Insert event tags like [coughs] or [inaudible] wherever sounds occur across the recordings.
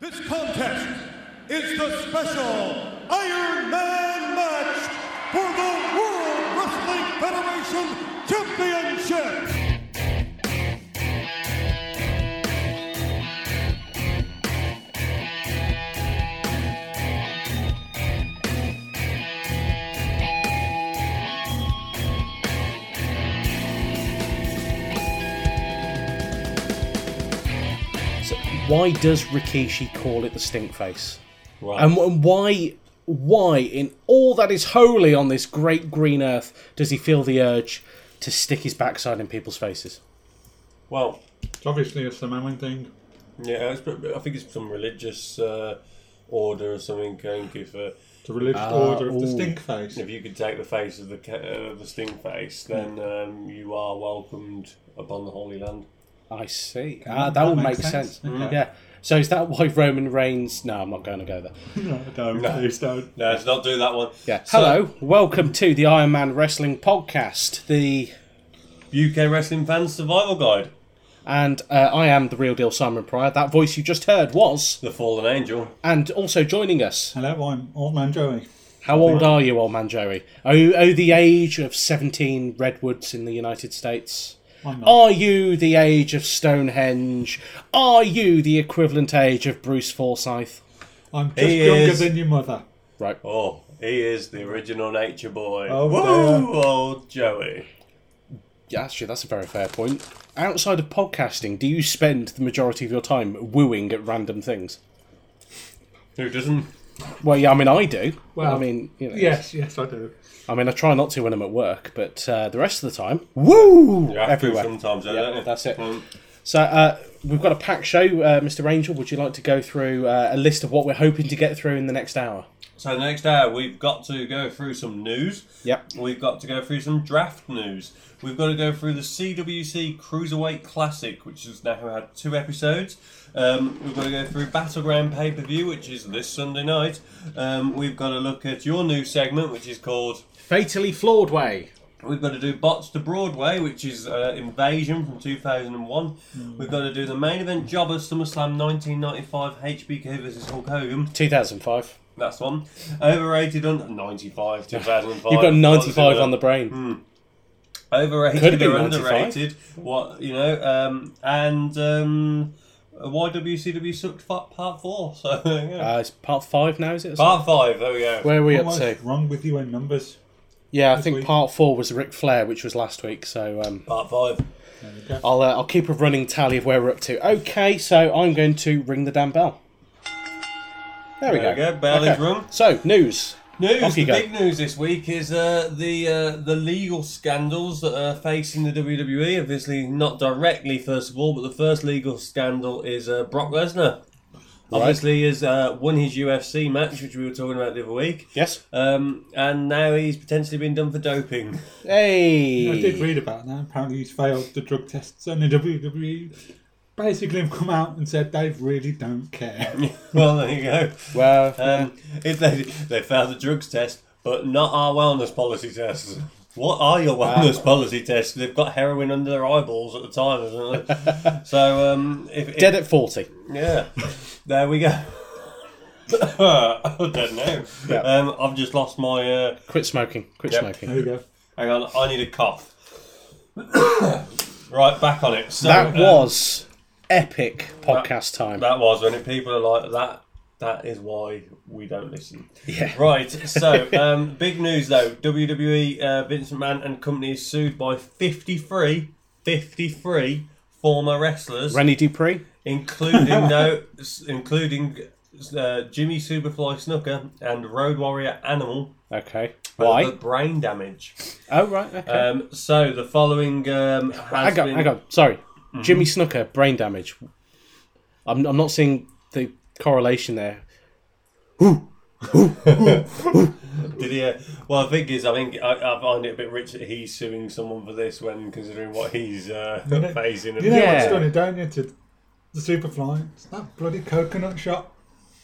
This contest is the special Iron Man match for the World Wrestling Federation Championship. So why does Rikishi call it the stink face? Right. And, wh- and why why in all that is holy on this great green earth does he feel the urge to stick his backside in people's faces? well, It's obviously a Samoan thing. yeah, it's, but- but I think it's some religious uh, order or something. I think if uh, The religious order of the stink face. if you could take the face of the ca- uh, the sting face, then um, you are welcomed upon the Holy Land. I see. Ah, that would make makes sense. sense. Okay. Yeah. So is that why Roman Reigns? No, I'm not going to go there. No, don't, please don't. No, let's not do that one. Yeah. So- Hello, welcome to the Iron Man Wrestling Podcast. The UK Wrestling Fans Survival Guide, and uh, I am the real deal Simon Pryor. That voice you just heard was, The Fallen Angel. and also joining us Hello, I'm Old Man Joey. How old are you, old man Joey? Are you oh, the age of 17 redwoods in the United States? I'm not. Are you the age of Stonehenge? Are you the equivalent age of Bruce Forsyth? I'm just He younger is- than your mother. Right. Oh, he is the original nature boy. Oh, Woo, old Joey. Yeah, actually, that's a very fair point. Outside of podcasting, do you spend the majority of your time wooing at random things? Who doesn't? Well, yeah, I mean, I do. Well, I mean, you know, Yes, yes, I do. I mean, I try not to when I'm at work, but uh, the rest of the time, woo, You have everywhere. to sometimes, Yeah, don't you? that's it. Um, So uh, we've got a packed show, uh, Mr. Angel. Would you like to go through uh, a list of what we're hoping to get through in the next hour? So the next hour, we've got to go through some news. Yep. We've got to go through some draft news. We've got to go through the CWC Cruiserweight Classic, which has now had two episodes. Um, we've got to go through Battleground Pay Per View, which is this Sunday night. Um, we've got to look at your new segment, which is called Fatally flawed way. We've got to do Bots to Broadway, which is uh, Invasion from 2001. Mm. We've got to do the main event jobber SummerSlam 1995 HBK versus Hulk Hogan. 2005. That's one. Overrated under 95, 2005. You've got 95 What's it on the brain. Hmm. Overrated Could've been or 95. underrated. What, you know, um, and um, YWCW sucked fa- part four. [laughs] So, yeah. Uh, it's part five now, is it? part five, there we go. Where are we up What's to? wrong with you in numbers? Yeah, I this think week? part four was Ric Flair, which was last week. So um, part five. There we go. I'll uh, I'll keep a running tally of where we're up to. Okay, so I'm going to ring the damn bell. There we There go. we go, bell is rung. So news. News. Off you the go. big news this week is uh, the uh, the legal scandals that are facing the WWE. Obviously, not directly, first of all, but the first legal scandal is uh, Brock Lesnar. Obviously, has uh, won his UFC match, which we were talking about the other week, Yes. um, and now he's potentially been done for doping. [laughs] Hey. I did read about that. Apparently, he's failed the drug tests, and the WWE basically have come out and said they really don't care. well, there you go. Well, Um, [laughs] if they they failed the drugs test, but not our wellness policy tests. What are your wellness policy tests? They've got heroin under their eyeballs at the time, [laughs] isn't it? so um, if, if- dead at 40. yeah, there we go. [laughs] I don't know. Yeah. Um, I've just lost my. Uh, Quit smoking. Quit Yep. smoking. There we go. hang on, I need a cough. [coughs] right, back on it. So That um, was epic podcast time. That was when it, people are like that. That is why we don't listen. Yeah. Right. [laughs] So, um, big news though. WWE uh, Vince McMahon and company is sued by 53, 53 former wrestlers, Rennie Dupree. [laughs] including no, s- including uh, Jimmy Superfly Snooker and Road Warrior Animal Okay. for Why? brain damage. Oh right. Okay. Um, so the following um, has I got. been. Mm-hmm. I got. Sorry. Jimmy Snooker brain damage. I'm. I'm not seeing the correlation there. Did he? Uh, well, the thing is, I think I, I find it a bit rich that he's suing someone for this when considering what he's uh, facing. You know Yeah. what's funny, don't you? To the Superfly, it's that bloody coconut shot.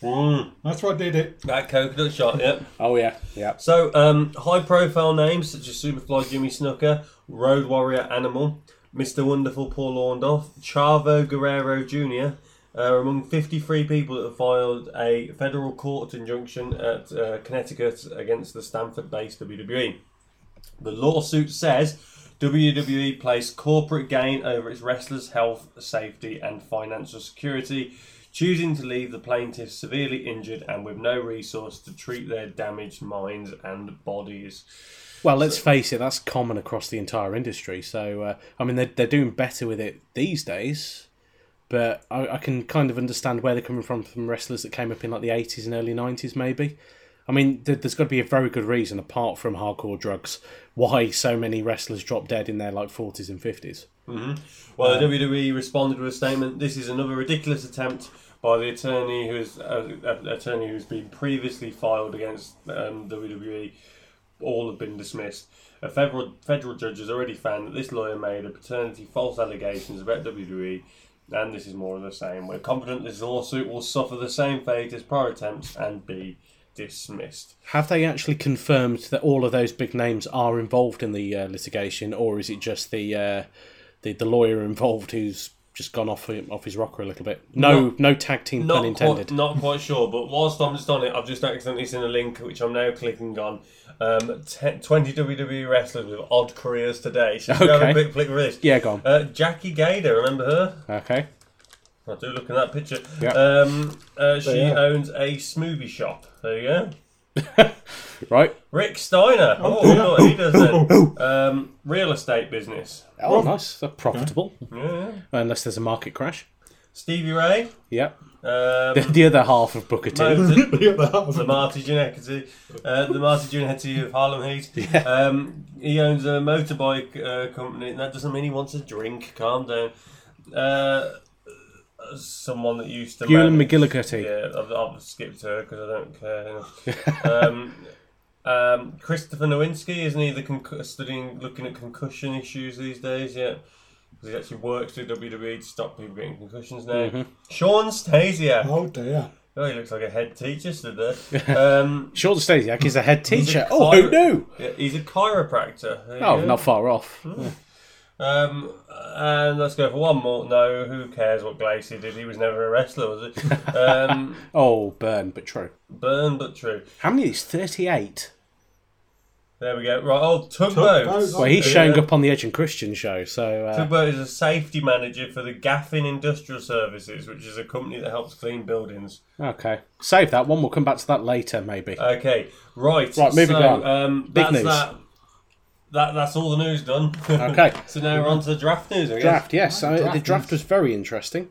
Mm, That's what did it. that coconut shot, yeah. Oh yeah. Yeah. So, um, high-profile names such as Superfly Jimmy Snooker, Road Warrior Animal, Mr. Wonderful Paul Orndorff, Chavo Guerrero Jr., uh, among 53 people that have filed a federal court injunction at uh, Connecticut against the Stanford based WWE. The lawsuit says WWE placed corporate gain over its wrestlers' health, safety, and financial security, choosing to leave the plaintiffs severely injured and with no resource to treat their damaged minds and bodies. Well, let's face it, that's common across the entire industry. So, uh, I mean, they're, they're doing better with it these days, but I, I can kind of understand where they're coming from from wrestlers that came up in like the 80s and early 90s, maybe. I mean, th- there's got to be a very good reason, apart from hardcore drugs, why so many wrestlers drop dead in their like 40s and 50s. Well, the WWE responded with a statement. This is another ridiculous attempt by the attorney who is uh, uh, attorney who's been previously filed against um, WWE. All have been dismissed. A federal federal judge has already found that this lawyer made a paternity false allegations about WWE, and this is more of the same. We're confident this lawsuit will suffer the same fate as prior attempts and be dismissed. Have they actually confirmed that all of those big names are involved in the uh, litigation, or is it just the, uh, the the lawyer involved who's just gone off off his rocker a little bit? No, Not- no tag team pun not intended. quite, not quite sure, but whilst I'm just on it, I've just accidentally seen a link which I'm now clicking on. Um, te- 20 WWE E wrestlers with odd careers today. Should we have Okay. a quick flick of this? Yeah, go on. Uh, Jackie Gator, remember her? Okay. I do look in that picture. Yeah. Um, uh, she yeah. owns a smoothie shop. There you go. Right. Rick Steiner. Oh, oh, look, he does [laughs] it. Um, real estate business. Oh, nice. They're profitable. Yeah. Unless there's a market crash. Stevie Ray. Yep. The, Um, the other half of Booker T. Motor- Yeah, that was the Marty Jannetty, uh, the Marty Jannetty of [laughs] Harlem Heat. Um, he owns a motorbike uh, company, and that doesn't mean he wants a drink. Calm down. Uh, someone that used to. Ewan manage- McGillicuddy. Yeah, I've, I've skipped her because [laughs] I don't care. um, um, Christopher Nowinski isn't he the concu- studying, looking at concussion issues these days? Yeah. 'Cause He actually works with WWE E to stop people getting concussions now. Mm-hmm. Sean Stasia. Oh dear. Oh, he looks like a head teacher [laughs] stood there. Um, Sean Stasiak is a head he's teacher. a oh, chiro- who knew? Yeah, he's a chiropractor. There you Oh, go. not far off. Um, and let's go for one more. No, who cares what Glacier did? He was never a wrestler, [laughs] was he? um, Oh, burn, but true. burn, but true. How many is 38? There we go. Right, oh, Tugboat. Tugboat. Well, he's Yeah. showing up on the Edge and Christian show, so. Uh, Tugboat is a safety manager for the Gaffin Industrial Services, which is a company that helps clean buildings. okay. Save that one. We'll come back to that later, maybe. Okay, right. Right, moving so, on. Um, Big that's news. That. That, that's all the news done. Okay. [laughs] so now we're on to the draft news, I guess. draft, yes. Ah, I- draft the draft is- was very interesting.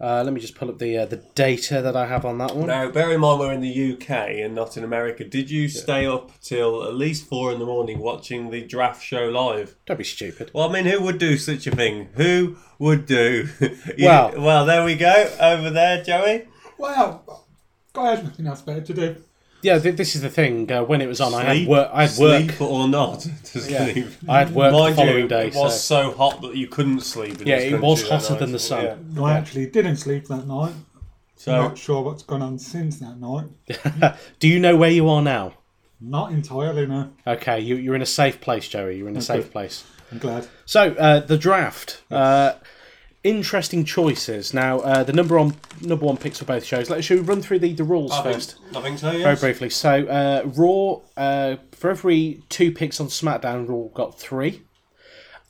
Uh, let me just pull up the uh, the data that I have on that one. Now, bear in mind we're in the UK and not in America. Did you stay up till at least four in the morning watching the draft show live? Don't be stupid. Well, I mean, who would do such a thing? Who would do? [laughs] You- Well- well, there we go. Over there, Joey. Well, I had nothing else better to do. Yeah, th- this is the thing. Uh, when it was on, I had Sleep- work. I had work. Sleep or not [laughs] to sleep. I had work Mind the following you, day. it was so. so hot that you couldn't sleep. In Yeah, this it was country that hotter than night. the sun. Yeah. I actually didn't sleep that night. So Not sure what's gone on since that night. [laughs] Do you know where you are now? Not entirely, no. Okay, you, you're in a safe place, Joey. You're in a safe place. I'm glad. So uh, the draft. Uh, interesting choices. Now uh, the number on number one picks for both shows. Let should we run through the, the rules I think, first? I think so. Very Yes. briefly. So uh, Raw uh, for every two picks on SmackDown, Raw got three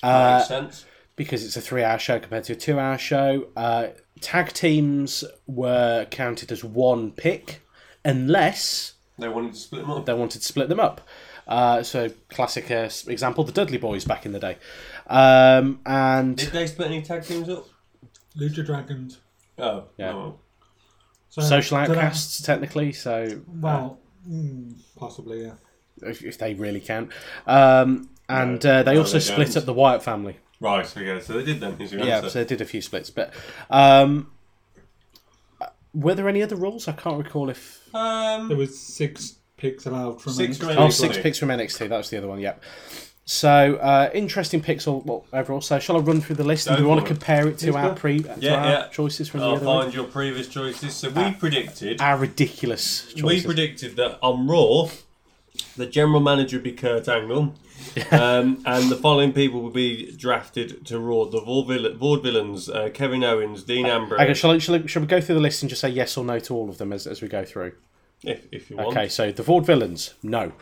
Uh, Makes sense. because it's a three-hour show compared to a two-hour show. Uh, tag teams were counted as one pick unless They wanted to split them up. they wanted to split them up. Uh, so classic uh, s- example, the Dudley Boys back in the day, um, Did and they split any tag teams up? Lucha Dragons. Oh, Yeah. no. So, uh, social so that- outcasts technically. So Well, mm, possibly, yeah. if, if they really count, um, and uh, they no, also they split don't. up the Wyatt family. Right. Okay. So they did then. Is your Yeah, answer? so they did a few splits, but um, were there any other rules? I can't recall if There Um, was six picks allowed from Six NXT. from oh NXT. six picks from NXT. That was the other one. Yep. So uh, interesting picks all, well, overall. So shall I run through the list? Go and we want for to it. compare it to Please our go. pre to Yeah, our yeah. choices from I'll the other. find your previous choices. So we predicted, Our ridiculous Ah. choices. we predicted that on Raw, The general manager would be Kurt [laughs] Angle, um, and the following people would be drafted to Raw: the Vaudevill- Vaudevillains, uh, Kevin Owens, Dean Ambrose, Okay, shall, Ah, I, shall, I, shall we go through the list and just say yes or no to all of them as, as we go through? if, if you want. Okay, so the Ford villains, no.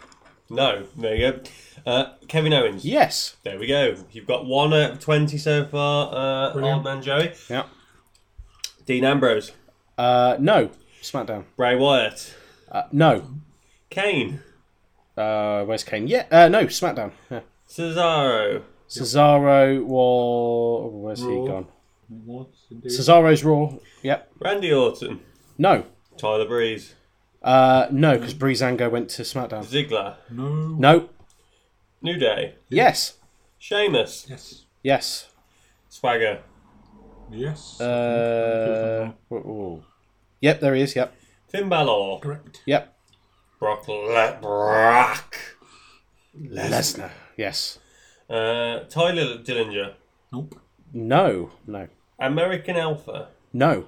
No, there you go. Uh, Kevin Owens. Yes. There we go. You've got one out of twenty so far. Uh, Brilliant. old man Joey, Yeah. Dean Ambrose, Uh, no. SmackDown. Bray Wyatt, Uh, no. Kane, Uh, where's Kane? Yeah. Uh, no. SmackDown. Yeah. Cesaro, Cesaro war. Where's Raw. he gone? What's indeed- Cesaro's Raw. Yep. Randy Orton, No. Tyler Breeze, Uh, no, because Breezango went to SmackDown. Ziggler, No. No. New Day, Yes. Sheamus, Yes. Yes. Swagger, Yes. Uh, ooh, ooh. Yep, there he is. Yep. Finn Balor, Correct. Yep. Brock Le- Brock, Lesnar. Yes. uh, Tyler Dillinger, Nope. No. No. American Alpha, No.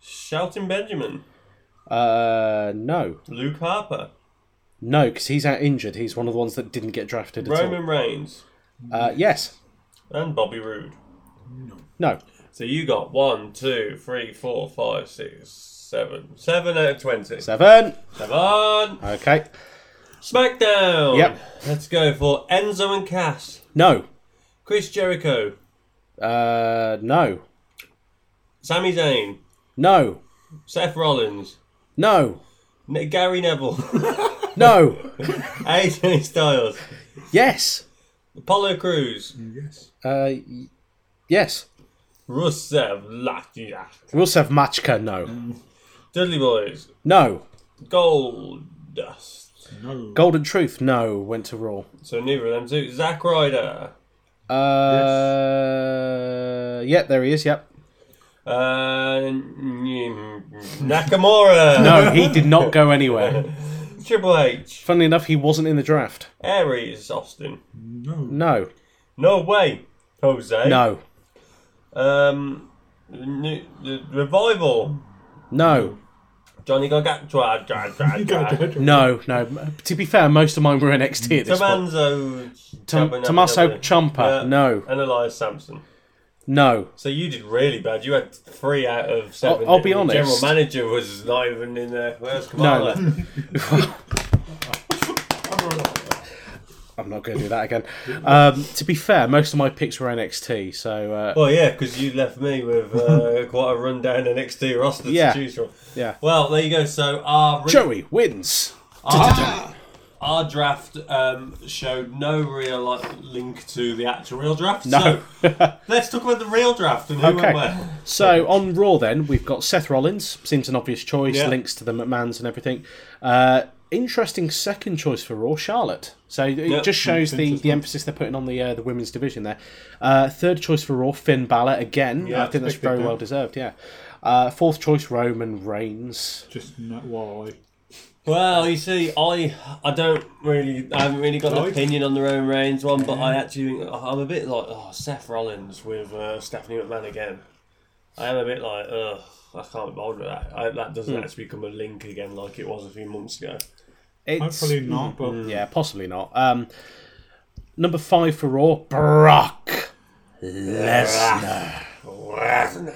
Shelton Benjamin, Uh, no. Luke Harper, No, because he's out injured. He's one of the ones that didn't get drafted at Roman Reigns, all. Uh, yes. and Bobby Roode. No. So you got one, two, three, four, five, six, seven, seven out of twenty. Seven. Come on, Okay. SmackDown. Yep. Let's go for Enzo and Cass, No. Chris Jericho, Uh, no. Sami Zayn, No. Seth Rollins, No. N- Gary Neville, [laughs] No. AJ Styles, yes. Apollo Crews, Yes. Uh, y- yes. Rusev Latvia, Rusev Machka. No. Dudley Boys, No. Gold Dust. No. Golden Truth. No. Went to Raw. So neither of them two. Zack Ryder, Uh, yep. There he is. Yep. uh, mm, [laughs] Nakamura, No, he did not go anywhere. Triple H, Funnily enough, he wasn't in the draft. Aries Austin. No. No. No way, Jose. No. Um, new, the revival. No. Johnny Gargano. dra- [laughs] dra- You dra- got dra- that. No, no. To be fair, most of mine were NXT at this point. Tomanzo. Tom- Champa- Tommaso Ciampa, Yeah, no. And Elias Sampson. No, So you did really bad. You had three out of 7 I'll be The General honest. manager was not even in there. Where's No, Kamala? [laughs] I'm not going to do that again. Um, to be fair, most of my picks were NXT, so uh, Well, yeah, because you left me with [laughs] uh, quite a rundown NXT roster Yeah. to choose from. yeah. Well, there you go. So our re- Joey wins. our draft um, showed no real like, link to the actual real draft. No. [laughs] So let's talk about the real draft and who went Okay. where. So on Raw, then we've got Seth Rollins. Seems an obvious choice. Yeah. Links to the McMahon's and everything. Uh, interesting second choice for Raw, Charlotte. So it just shows the, the emphasis they're putting on the uh, the women's division there. Uh, third choice for Raw, Finn Balor again. Yeah, I think that's expected very that. well deserved. Yeah. Uh, fourth choice, Roman Reigns. Just not why. Well, you see, I I don't really, I haven't really got an Lloyd? opinion on the Roman Reigns one, but I actually, I'm a bit like, oh, Seth Rollins with uh, Stephanie McMahon again. I am a bit like, ugh, I can't be bothered with that. I, that doesn't Hmm. actually become a link again like it was a few months ago. It's, Hopefully not, but Yeah, possibly not. Um, number five for Raw, Brock Lesnar. [laughs]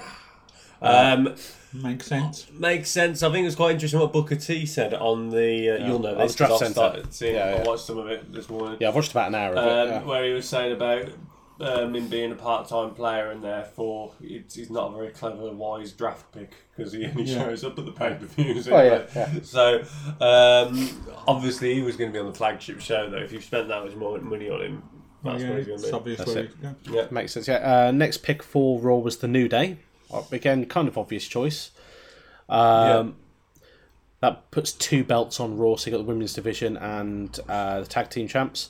Um, makes sense. makes sense. I think it's quite interesting what Booker T said on the. Uh, You'll know on this. the draft 'cause I've centre. started seeing. Yeah, I yeah. watched some of it this morning. Yeah, I've watched about an hour of um, it. yeah. where he was saying about um, him being a part-time player and therefore it's, he's not a very clever, wise draft pick because he only Yeah. shows up at the pay-per-views. yeah, anyway. yeah. So um, obviously he was going to be on the flagship show though. If you spent that much more money on him, that's yeah, what he's going it's to be. obvious That's where it. it's going. Makes sense. Yeah. Uh, next pick for Raw was the New Day. Uh, Again, kind of obvious choice. Um, That puts two belts on Raw, so you got the women's division and uh, the tag team champs.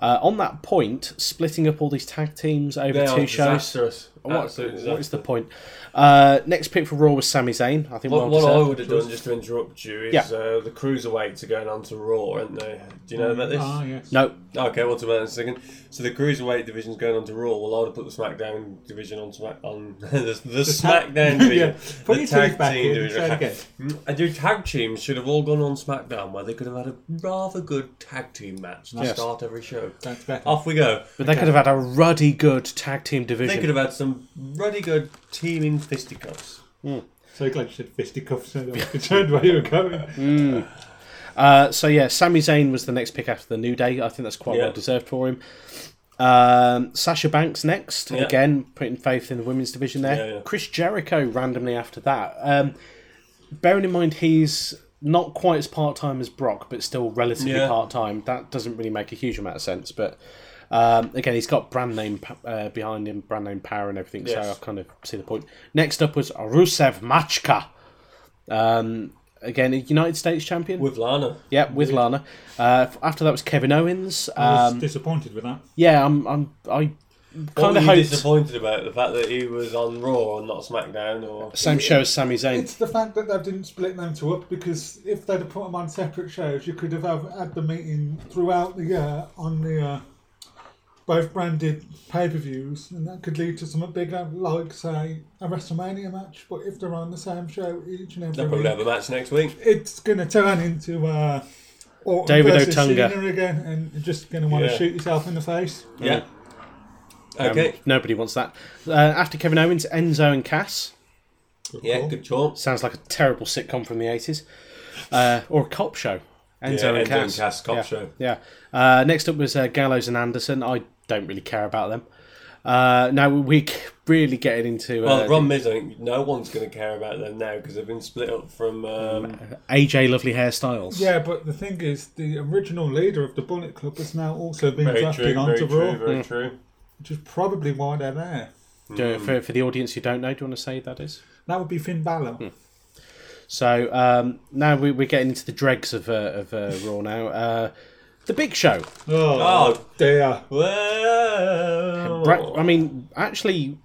Uh, on that point, splitting up all these tag teams over They are two shows disastrous. What, Absolutely. what is the point? Uh, next pick for Raw was Sami Zayn. I think well What, what I deserved. would have done, just to interrupt you, is Yeah. uh, the cruiserweights are going on to Raw, aren't they? Do you know about this? Ah, yes. No, Okay, we'll talk about that in a second. So the cruiserweight division's going on to Raw. Well, I would have put the SmackDown division on Smack on [laughs] the, the, ta- SmackDown Yeah. division. Put the your teeth back in and say it again. Mm, I do tag teams should have all gone on SmackDown, where they could have had a rather good tag team match to Yes. start every show. That's better. Off we go. but they could have had a ruddy good tag team They division. could have had some really good teaming fisticuffs. So glad you said fisticuffs. So [laughs] I could turn where you were going. Uh, so yeah, Sami Zayn was the next pick after the New Day. I think that's quite Yeah. well deserved for him. Um, Sasha Banks next Yeah. again, putting faith in the women's division there. Yeah, yeah. Chris Jericho randomly after that. Um, bearing in mind he's not quite as part time as Brock, but still relatively Yeah. part time. That doesn't really make a huge amount of sense, but. Um, again, he's got brand name p- uh, behind him, brand name power and everything, so Yes. I kind of see the point. Next up was Rusev Machka. Um, again, a United States champion. With Lana. Yeah, with Lana. Uh, f- after that was Kevin Owens. I was Um, disappointed with that. yeah, I'm, I'm, I What kind were of you hoped disappointed about? The fact that he was on Raw and not SmackDown? or same show as Sami Zayn. It's the fact that they didn't split them two up because if they'd have put them on separate shows, you could have, have had the meeting throughout the year on the uh, both branded pay per views, and that could lead to something bigger, like say a WrestleMania match. But if they're on the same show each and They'll every probably week, have a match next week. it's going to turn into uh, Orton David versus Otunga. Cena again, and you're just going to want Yeah. to shoot yourself in the face. Yeah. Um, Mm. Okay. Nobody wants that. Uh, after Kevin Owens, Enzo and Cass. yeah, good chance. Sounds like a terrible sitcom from the 80s. Uh, or a cop show. Enzo, Yeah, and, Enzo Cass. and Cass cop yeah. show. Yeah. Uh, next up was uh, Gallows and Anderson. I don't really care about them. Uh, now we're really getting into uh, Well, Ron Miz, I think no one's going to care about them now because they've been split up from. Um, Hmm. AJ Lovely hairstyles. Yeah, but the thing is, the original leader of the Bullet Club has now also been very drafted true, very onto true, Raw, very true. which is probably why they're there. Do- for, for the audience who don't know, do you want to say who that is? That would be Finn Balor. So um, now we, we're getting into the dregs of uh, of uh, Raw now. Uh, the Big Show. Oh, Oh. dear. [laughs] Well, Bra- I mean, actually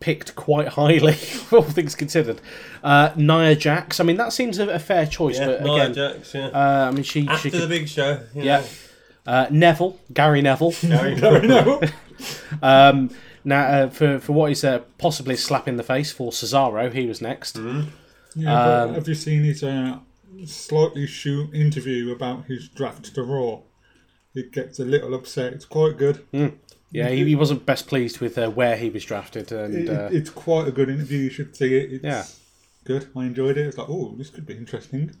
picked quite highly, [laughs] all things considered. Uh, Nia Jax. I mean, that seems a, a fair choice, yeah, but Nia again, Jax, yeah. uh, I mean, she After she could, the big show, you yeah. Uh, Neville, Gary Neville. [laughs] know, Very no. Um, now, uh, for for what is uh, possibly a slap in the face for Cesaro, he was next. Mm-hmm. Yeah, but Um, have you seen his uh, slightly shoot interview about his draft to Raw? He gets a little upset. It's quite good. Hmm. Yeah, he, he wasn't best pleased with uh, where he was drafted, and It- uh, it- it's quite a good interview. You should see it. It's Yeah. good. I enjoyed it. It's like, oh, this could be interesting.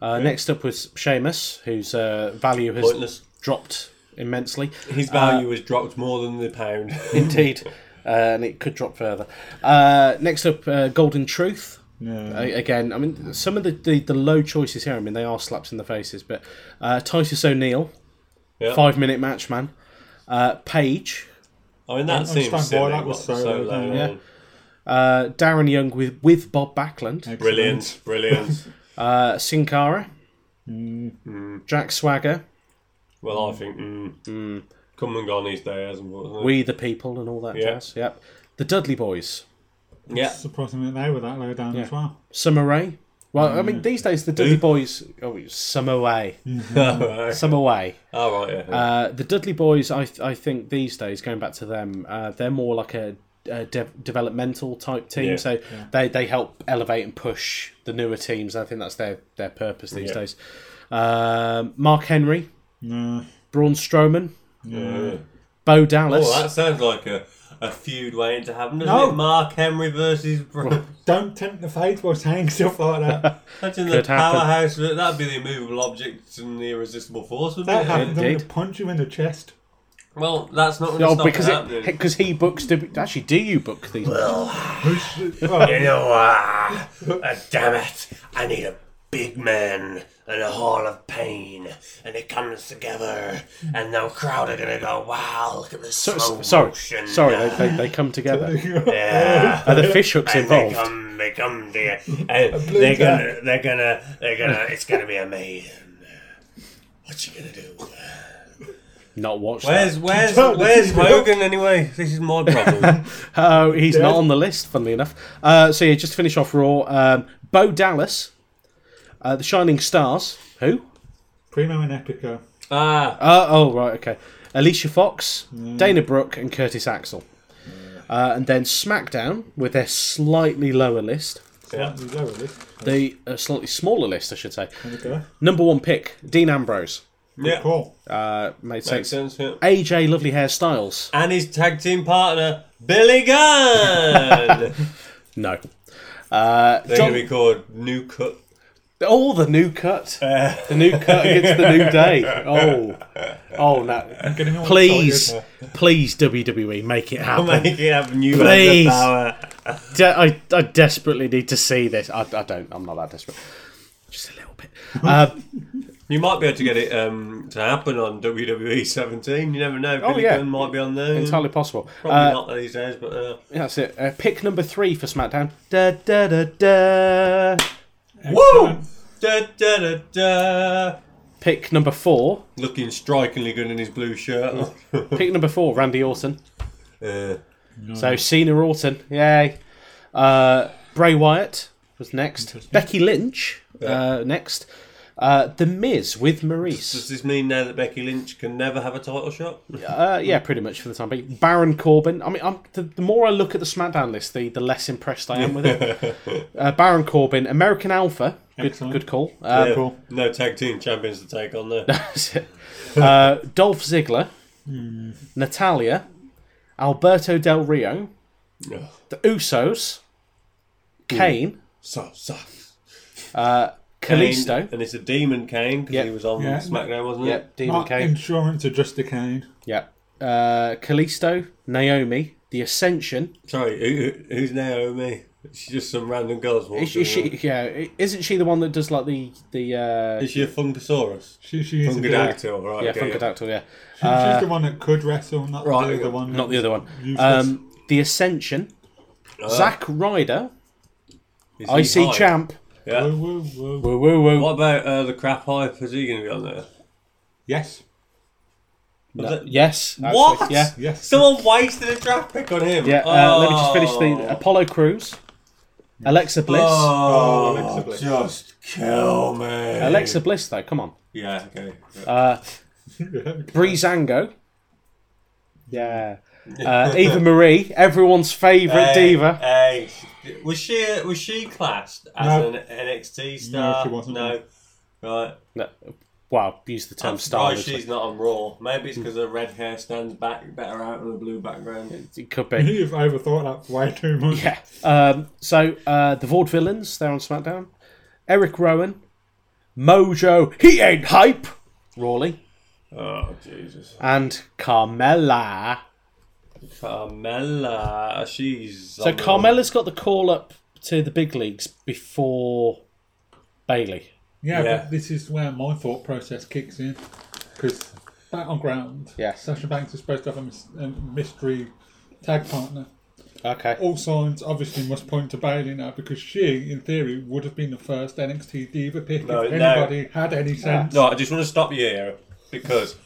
Uh, next up was Seamus, whose uh, value has Hmm. pointless. dropped [laughs] immensely. His value was dropped more than the pound. Indeed. Uh, and it could drop further. Uh, next up, uh, Golden Truth. Hmm. Yeah. A- again, I mean, some of the, the, the low choices here, I mean, they are slaps in the faces, but uh, Titus O'Neill, Yeah. five minute match, man. Uh, Paige, I mean, that understand why seems silly. that was what- so low low. down. Yeah. uh, Darren Young with, with Bob Hmm. Backlund, Brilliant, brilliant. uh, Sin Cara, Hmm. Jack Swagger, well, I think mm, come and gone these days, unfortunately. We the People, and all that Yeah. jazz. Yep. The Dudley Boys. yeah, [laughs] Surprising that they were that low down as well. Summer Rae. Well, I Mm. mean, these days the Dudley Boys. Oh, it's Summer Rae. Summer Rae. all right, yeah. Uh, the Dudley Boys, I, th- I think these days, going back to them, uh, they're more like a, a de- developmental type team. Yeah. So they, they help elevate and push the newer teams. I think that's their, their purpose these Yeah. days. Um, Mark Henry, Nah. Braun Strowman, Yeah. Bo Dallas. Oh, that sounds like a, a feud waiting to happen, doesn't No. it? Mark Henry versus Bro. Don't tempt the fate by saying stuff like that. Imagine the Could happen. powerhouse. That'd be the immovable object and the irresistible force, wouldn't That it? happens. I'm going to Indeed. punch you in the chest. [laughs] Well, that's not going to Oh, stop because it happening. it, because he books. Do, actually, do you book these? Who's- oh, [laughs] You know, ah, ah, damn it! I need a big man and a hall of pain, and it comes together, and the crowd are gonna go, "Wow, look at this So- slow sorry, motion." sorry, they, they, they come [laughs] together. Yeah. Are the fish hooks And involved? They come, they come, [laughs] they, and blue they're gonna, tag. they're gonna, they're gonna, it's gonna be amazing. What you gonna do? Not watched. Where's where's Totally where's keep it up. Hogan anyway? This is my [laughs] problem. that. Oh, he's Dead. not on the list. Funnily enough. Uh, so yeah, just to finish off Raw, um, Bo Dallas, uh, the Shining Stars. Who? Primo and Epico. ah, Uh, oh, right, okay. Alicia Fox, Dana Brooke, and Curtis Axel. Uh, and then SmackDown with their slightly lower list, Yeah. Slightly lower list. the uh, slightly smaller list, I should say. There we go. Number one pick, Dean Ambrose. yeah, Paul. Uh, made makes sense. sense. Yeah. AJ Lovely Hair Styles. And his tag team partner Billy Gunn. [laughs] No. Uh, They're John- gonna be called New Cut. oh, the new cut. the new cut against the new day. Oh, oh no! Get him all Please, excited. please, WWE, make it [laughs] happen. Make it have new Please. Please. power. De- I, I desperately need to see this. I, I don't. I'm not that desperate. Just a little bit. Uh, You might be able to get it um, to happen on WWE 17. You never know. Billy Oh, yeah. Gunn might be on there. entirely possible. Probably Uh, not these days, but uh, yeah, that's it. Uh, pick number three for SmackDown. Da da da da. woo! Da, da, da, da. Pick number four. Looking strikingly good in his blue shirt. [laughs] Pick number four. Randy Orton. uh, So Cena Orton. Yay. Uh, Bray Wyatt was next. Becky Lynch uh, next. Uh, the Miz with does Maurice. this mean now that Becky Lynch can never have a title shot? Uh, yeah, pretty much for the time being. Baron Corbin. I mean, I'm, the, the more I look at the SmackDown list, the, the less impressed I am with it. Uh, Baron Corbin, American Alpha. Good, Excellent. good call. Uh, Yeah, cool. No tag team champions to take on there. [laughs] uh, Dolph Ziggler, Natalia, Alberto Del Rio, Ugh. the Usos, Kane, so sucks. Kalisto. Kane, and it's a demon Kane because Yep. he was on Yeah. SmackDown, wasn't it? Yep, Demon Not Kane. insurance or just a cane. Yeah. Uh, Kalisto, Naomi, The Ascension. Sorry, who, who- who's Naomi? She's just some random girl's walking. Is, is she? Yeah. i- Isn't she the one that does like the the? Uh, Is she a Funkasaurus? She, she is a girl. Fungadactyl, right? yeah, okay, Funkadactyl. Yeah. She- she's the one that could wrestle, not Uh, Right, the okay. other one. Not the other one. Useless. Um, the Ascension. Zack Ryder, Is he IC high? champ. Whoa, Yeah. whoa, whoa. Woo woo woo. What about uh, the crap hype? Is he going to be on there? Yes. No, that- Yes. actually, What? Yeah. Yes. Someone wasted a draft pick on him. Yeah. Uh, Let me just finish the Apollo Crews. Alexa Bliss. Oh, Alexa Bliss. [laughs] just kill me. Alexa Bliss, though. Come on. Yeah. Okay. Breezango. Yeah. Uh, Eva Marie, everyone's favourite Hey, diva. Um, Hey, was she was she classed as No. an NXT star? she wasn't. No. Right. No, wow, use the term I'm star. surprised she's not on Raw. Maybe it's because her red hair stands back better out of the blue background. It could be. [laughs] You've overthought that way too much. Yeah. Um, so uh, the Vaude villains, they're on SmackDown. Eric Rowan, Mojo, he ain't hype. Rawley Oh Jesus. and Carmella. Carmella, Uh, she's So Carmella's got the call up to the big leagues before Bailey. Yeah, Yeah. but this is where my thought process kicks in because battleground. Yes. Sasha Banks is supposed to have a, mys- a mystery tag partner. Okay. All signs obviously must point to Bailey now because she, in theory, would have been the first NXT diva pick No, if no. Ah, anybody had any sense. No, I just want to stop you here because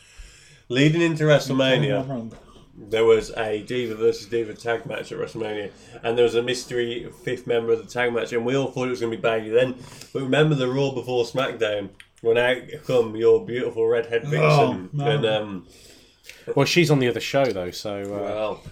leading into WrestleMania, I'm wrong. there was a Diva versus Diva tag match at WrestleMania, and there was a mystery fifth member of the tag match, and we all thought it was going to be Bailey then. But remember the Raw before SmackDown when out come your beautiful redhead vixen, no. and um, Well, she's on the other show though, so well,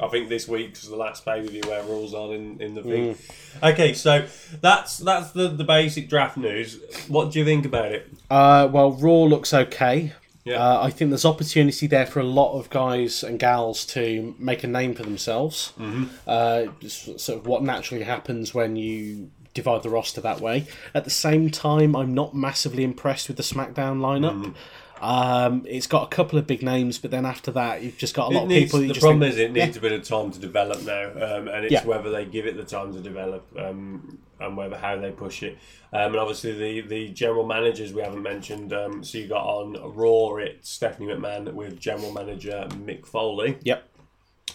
I think this week's the last pay per view where Raw's on in, in the thing. Okay, so that's that's the the basic draft news. What do you think about it? uh, uh, well, Raw looks okay. Yeah. Uh, I think there's opportunity there for a lot of guys and gals to make a name for themselves. Mm-hmm. Uh, just sort of what naturally happens when you divide the roster that way. At the same time, I'm not massively impressed with the SmackDown lineup. Mm-hmm. Um, it's got a couple of big names, but then after that, you've just got a lot It of needs- people. that you the just problem think- is it needs a bit of time to develop now, um, and it's Yeah. whether they give it the time to develop um, and whether how they push it. Um, and obviously the, the general managers we haven't mentioned. Um, so you got on Raw, it's Stephanie McMahon with general manager Mick Foley. Yep.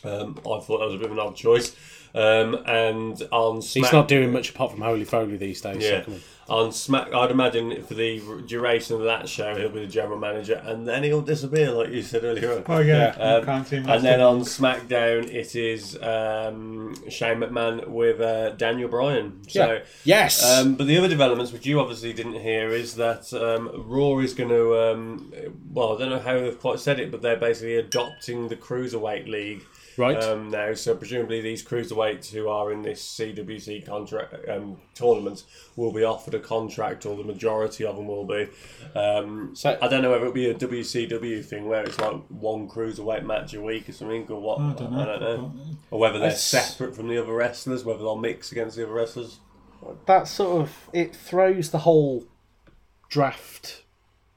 Um, I thought that was a bit of an odd choice. Um, and on SmackDown, He's not doing much apart from Holy Foley these days. so yeah. come on. On Smack, I'd imagine for the duration of that show, he'll be the general manager, and then he'll disappear, like you said earlier. Oh on. yeah, Um, I can't see and then on SmackDown, it is um, Shane McMahon with uh, Daniel Bryan. So. Yeah. Yes. Um, but the other developments, which you obviously didn't hear, is that um, Raw is going to, um, well, I don't know how they've quite said it, but they're basically adopting the Cruiserweight League Right. um, now. So presumably these Cruiserweights who are in this CWC contract um, tournament will be offered a contract, or the majority of them will be. Um, So- I don't know whether it'll be a WCW thing where it's like one Cruiserweight match a week or something, or what. I don't know. Or whether they're That's- separate from the other wrestlers, whether they'll mix against the other wrestlers. that sort of it throws the whole draft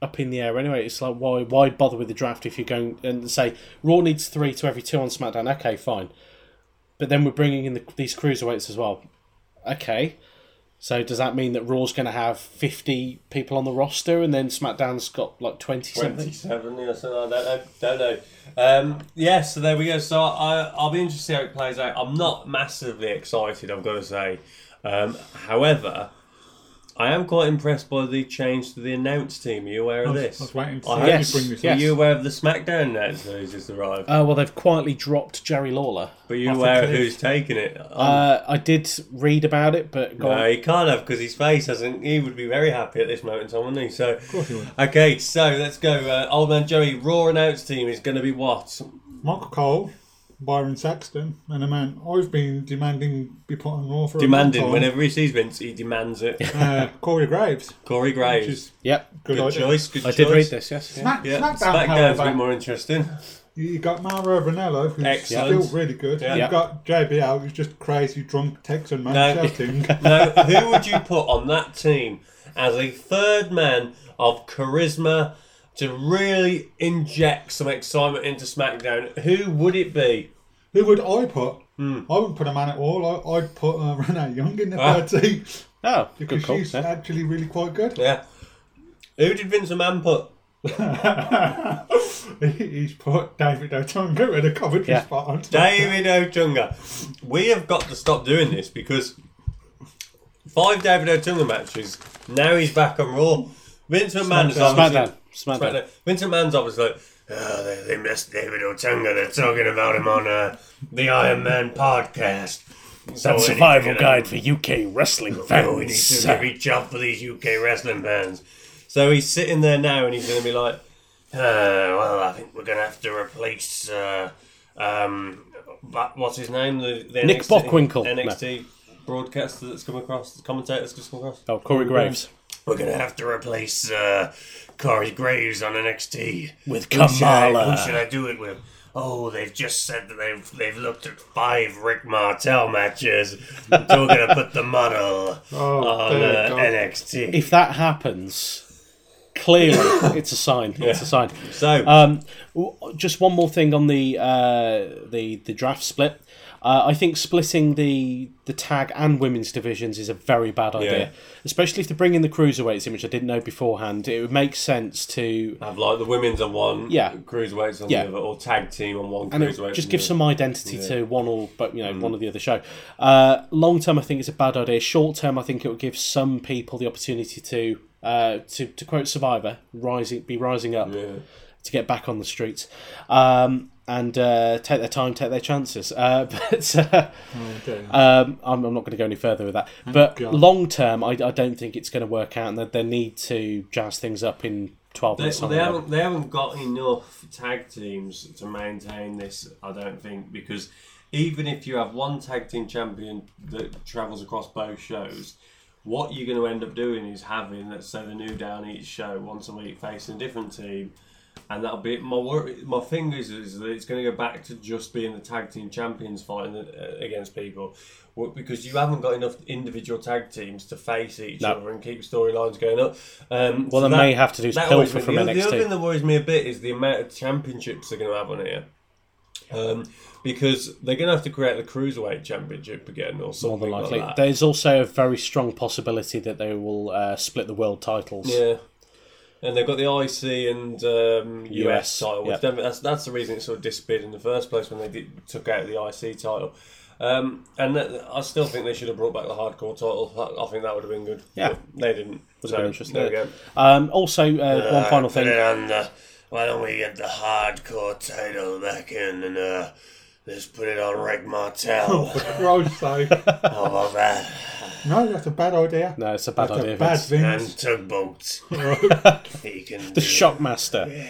up in the air anyway. It's like why why bother with the draft if you're going and say Raw needs three to every two on SmackDown? Okay, fine, but then we're bringing in the, these cruiserweights as well. Okay, so does that mean that Raw's going to have fifty people on the roster and then SmackDown's got like twenty something? 27, yeah, so I don't know. Don't know. Um, yeah, so there we go. So I, I'll be interested to see how it plays out. I'm not massively excited, I've got to say. Um, however, I am quite impressed by the change to the announce team. Are you aware of I was- this? I was waiting I to see hope- you Yes, bring this yes. Are you aware of the SmackDown announce who's just arrived? Uh, well, they've quietly dropped Jerry Lawler. but you I think aware it of is. who's taking it? Uh, I did read about it, but go No, on. he can't have because his face hasn't. He would be very happy at this moment in time, wouldn't he? So, he would. okay, so let's go. Uh, old man Joey, Raw announce team is going to be what? up. Mark Cole, Byron Saxton, and a man I've been demanding be put on Raw for a Demanding long time. whenever he sees Vince, he demands it. uh, Corey Graves, Corey which Graves, is Yep, good, good idea. choice. Good I choice. did read this. Yes, yeah. Smack, Yeah, SmackDown, SmackDown's a however, bit more interesting. you you got Mauro Ranello, who's Excellent. still really good. Yeah. You've got JBL, who's just crazy drunk Texan man No. shouting. [laughs] now, who would you put on that team as a third man of charisma to really inject some excitement into SmackDown? Who would it be? Who would I put? I wouldn't put a man at all. I, I'd put uh, [laughs] Renee Young in the Hmm. Ah. third team Oh, because good call. she's yeah. actually really quite good. [laughs] Yeah. Who did Vince McMahon put? He's put David Otunga in a Coventry Yeah. [laughs] spot on top. David Otunga. We have got to stop doing this because five David Otunga matches. Now he's back on Raw. Vince McMahon is SmackDown. obviously. SmackDown. Vince McMahon's obviously like, oh, they, they missed David Otunga. They're talking about him on uh, the Iron Man podcast. So we need to get him- for UK wrestling Oh, we need to reach out for these UK wrestling fans. So he's sitting there now and he's going to be like, uh, well, I think we're going to have to replace, uh, um, what- what's his name? The, the Nick NXT, Bockwinkel. NXT broadcaster that's come across, commentator that's just come across. Oh, Corey Graves. We're going to have to replace uh, Corey Graves on NXT. With Who should, I, Kamala. who should I do it with? Oh, they've just said that they've they've looked at five Rick Martel matches. and We're going to put the model Oh, on dear uh, God. NXT. If that happens, clearly [coughs] it's a sign. It's a sign. so, Um, w- just one more thing on the uh, the the draft split. Uh, I think splitting the the tag and women's divisions is a very bad idea, Yeah. especially if they bring in the cruiserweights in, which I didn't know beforehand. It would make sense to have like Uh, the women's on one, Yeah. cruiserweights on Yeah. the other, or tag team on one, and cruiserweights. it just on give the some identity to one or but you know Mm. one or the other show. Uh, long term, I think it's a bad idea. Short term, I think it would give some people the opportunity to uh, to to quote Survivor, rising be rising up other. Yeah. to get back on the streets um, and uh, take their time, take their chances. Uh, [laughs] but uh, Okay. um, I'm, I'm not going to go any further with that. But God. long term, I, I don't think it's going to work out, and that they need to jazz things up in twelve They, months. time they or whatever. haven't they haven't got enough tag teams to maintain this. I don't think because even if you have one tag team champion that travels across both shows, what you're going to end up doing is having let's say the new down each show once a week facing a different team. And that'll be it. my worry. My fingers is that it's going to go back to just being the tag team champions fighting uh, against people, Well, because you haven't got enough individual tag teams to face each No. other and keep storylines going up. Um, Well, so they that- may have to do that pilfer worries me. from the, other- The NXT. other thing that worries me a bit is the amount of championships they're going to have on here. Um, because they're going to have to create the Cruiserweight Championship again or More something than likely. like that. There's also a very strong possibility that they will uh, split the world titles. yeah. And they've got the IC and um, US, US, title. Which yeah. don't- that's, that's the reason it sort of disappeared in the first place when they did, took out the IC title. Um, and th- I still think they should have brought back the hardcore title. I- I think that would have been good. Yeah. But they didn't. Was so, a bit interesting. There we go. Um, also, uh, one final thing. And uh, why don't we get the hardcore title back in and uh, let's put it on Rick Oh. Martel? For Christ's sake. [laughs] How about that? No, that's a bad idea. No, it's a bad that's idea. a bad Vince. thing. And tugboats. [laughs] he can The Shockmaster.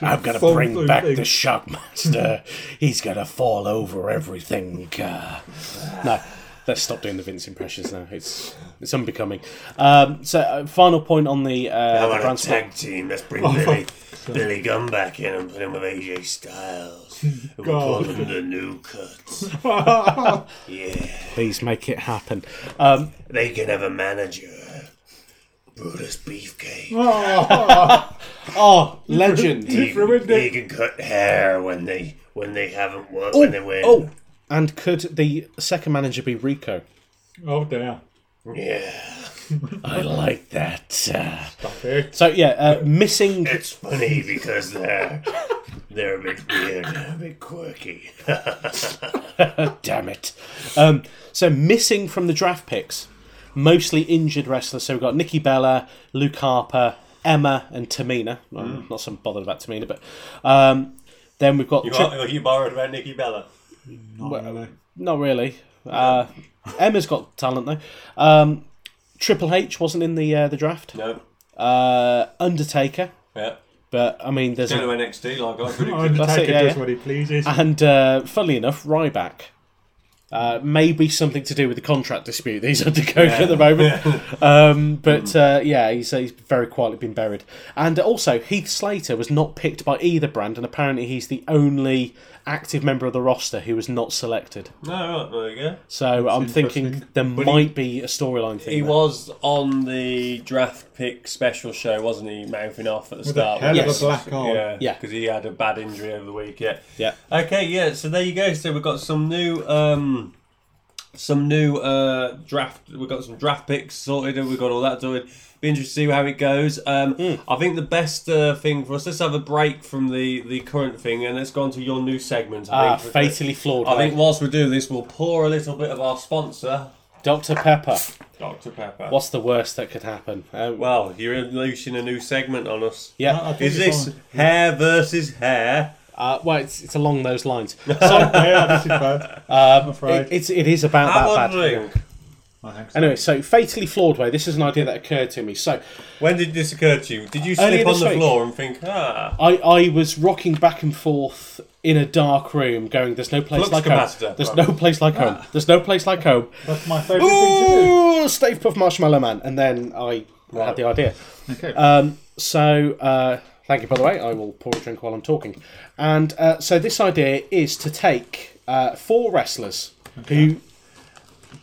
I'm gonna Full bring blue back thing. the [laughs] Shockmaster. He's gonna fall over everything. Uh, no, let's stop doing the Vince impressions now. It's it's unbecoming. Um, so, uh, final point on the, uh, How the about a brand split. tag team? Let's Oh. bring Billy, Billy Gunn back in and put him with AJ Styles. And we call God. them the New Cuts. yeah. Please make it happen. Um, They can have a manager. Brutus Beefcake. [laughs] Oh, oh, [laughs] legend. He, You've ruined he it. can cut hair when they when they haven't worked Oh, when they win. oh, and could the second manager be Rico? oh dear. Yeah. I like that. Uh, Stop it. so yeah, uh, missing It's funny because they're they're a bit weird, they're a bit quirky. Damn it. Um, so missing from the draft picks, mostly injured wrestlers. So we've got Nikki Bella, Luke Harper, Emma, and Tamina. I'm not so bothered about Tamina, but um, then we've got, Tri- you borrowed about Nikki Bella. Not really. not really. Uh, Emma's got talent though. Um, Triple H wasn't in the uh, the draft. No. Uh, Undertaker, Yeah. but I mean, there's a, NXT like I Undertaker it, yeah, does yeah. what he Ah, pleases. and uh, funnily enough, Ryback. Uh, maybe something to do with the contract dispute that he's [laughs] undergoing at the moment. Um, but uh, yeah, he's, he's very quietly been buried. And also, Heath Slater was not picked by either brand, and apparently he's the only active member of the roster who was not selected. No, right, there you go. So I'm thinking interesting. there might be a storyline thing. He there. was on the draft pick special show, wasn't he? Mouthing off at the a start. hell of a wasn't black he? eye. Yeah, Yeah. because he had a bad injury over the week. Yeah. Yeah. Okay. Yeah. So there you go. So we've got some new, um, some new uh, draft. We've got some draft picks sorted, and we've got all that sorted. Be interested to see how it goes. Um, I think the best uh, thing for us. Let's have a break from the the current thing, and let's go on to your new segment. I Ah, think. fatally flawed. I right? think whilst we do this, we'll pour a little bit of our sponsor, Dr. Pepper. Dr Pepper. What's the worst that could happen? Uh, Well, you're unleashing a new segment on us. yeah. I think Is it's this on. hair versus hair? Uh, well, it's, it's along those [laughs] lines. So Oh, Yeah, this is Um, bad. I'm it, afraid. it's, it is about Have that one bad. drink. I think so. Anyway, so fatally flawed way. This is an idea that occurred to me. So When did this occur to you? Did you Earlier slip on this the week. floor and think, ah, I, I was rocking back and forth in a dark room, going, "There's no place Flux like home. capacitor. There's no place like home. There's no place like home." That's my favourite thing Ooh, Stave Puff Marshmallow Man, and then I had the idea. to do. Okay. Um, so uh, thank you, by the way. I will pour a drink while I'm talking. And uh, so this idea is to take uh, four wrestlers who.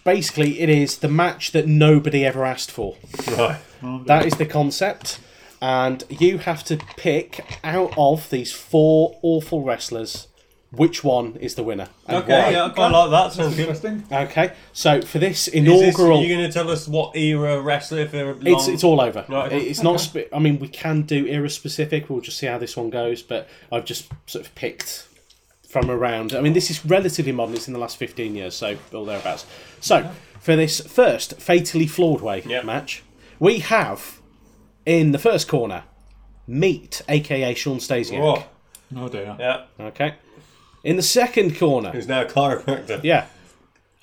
Basically, it is the match that nobody ever asked for. right. That is the concept. And you have to pick out of these four awful wrestlers which one is the winner. and Okay, yeah, I quite like that. Sounds good. Interesting. why. Okay. So for this Is this, are inaugural. you going to tell us what era wrestler? If they're long... it's, it's all over. Right. It- It's not. Spe- I mean, we can do era specific. We'll just see how this one goes. But I've just sort of picked from around. I mean, this is relatively modern. It's in the last fifteen years, so all thereabouts. So for this first fatally flawed way Yep. match, we have in the first corner Meat, aka Sean Stasiak. Oh, Oh dear. yeah, Okay. In the second corner, he's now a chiropractor. yeah,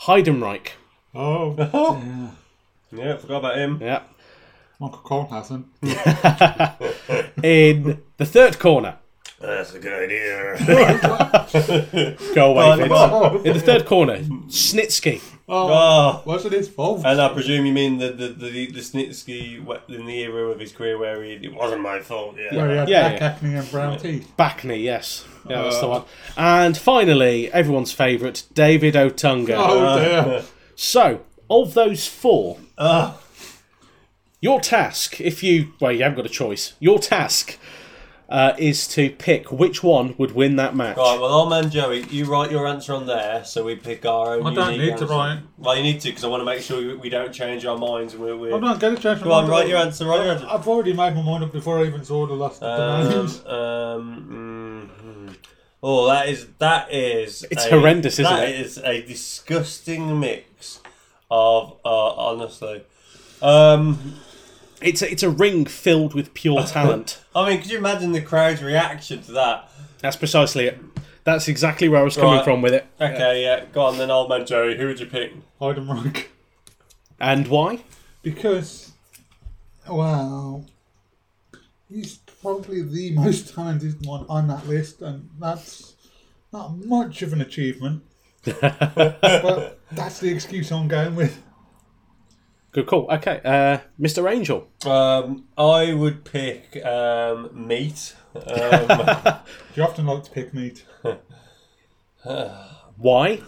Heidenreich. Oh, [laughs] Yeah, forgot about him. Yeah. Michael Cole [laughs] hasn't. In the third corner, That's a good [laughs] idea. go away. Vince. oh, In the third corner, Snitsky. oh. Wasn't his fault. And I presume you mean the the the, the Snitsky we- in the era of his career where he, it wasn't my fault. Yeah. Where he had Yeah, back yeah. acne and brown teeth. Backney, yes. Yeah, that's the Uh. one. And finally, everyone's favourite, David Otunga. Uh, Oh dear. So, of those four, Uh. your task, if you, well, you haven't got a choice, your task uh, is to pick which one would win that match. Right, well, old man Joey, you write your answer on there, so we pick our own. I don't unique need to answer. write. Well, you need to because I want to make sure we, we don't change our minds. We're, we're... I'm not going to change my Go on, mind. write your answer. Write your answer. I've already made my mind up before I even saw the last of the Um, names. um, mm, Oh, that is that is It's horrendous, isn't that it? is a disgusting mix of uh, honestly. Um, It's a, it's a ring filled with [laughs] pure talent. I mean, could you imagine the crowd's reaction to that? That's precisely it. That's exactly where I was coming Right. from with it. Okay, yeah, go on then, old man Jerry. Who would you pick? Hide and Rock. And why? Because, wow, he's probably the [laughs] most talented one on that list, and that's not much of an [laughs] achievement. but that's the excuse I'm going with. Good call. Okay, uh, Mr. Angel. Um, I would pick um, meat. Um, You often like to pick meat. Why?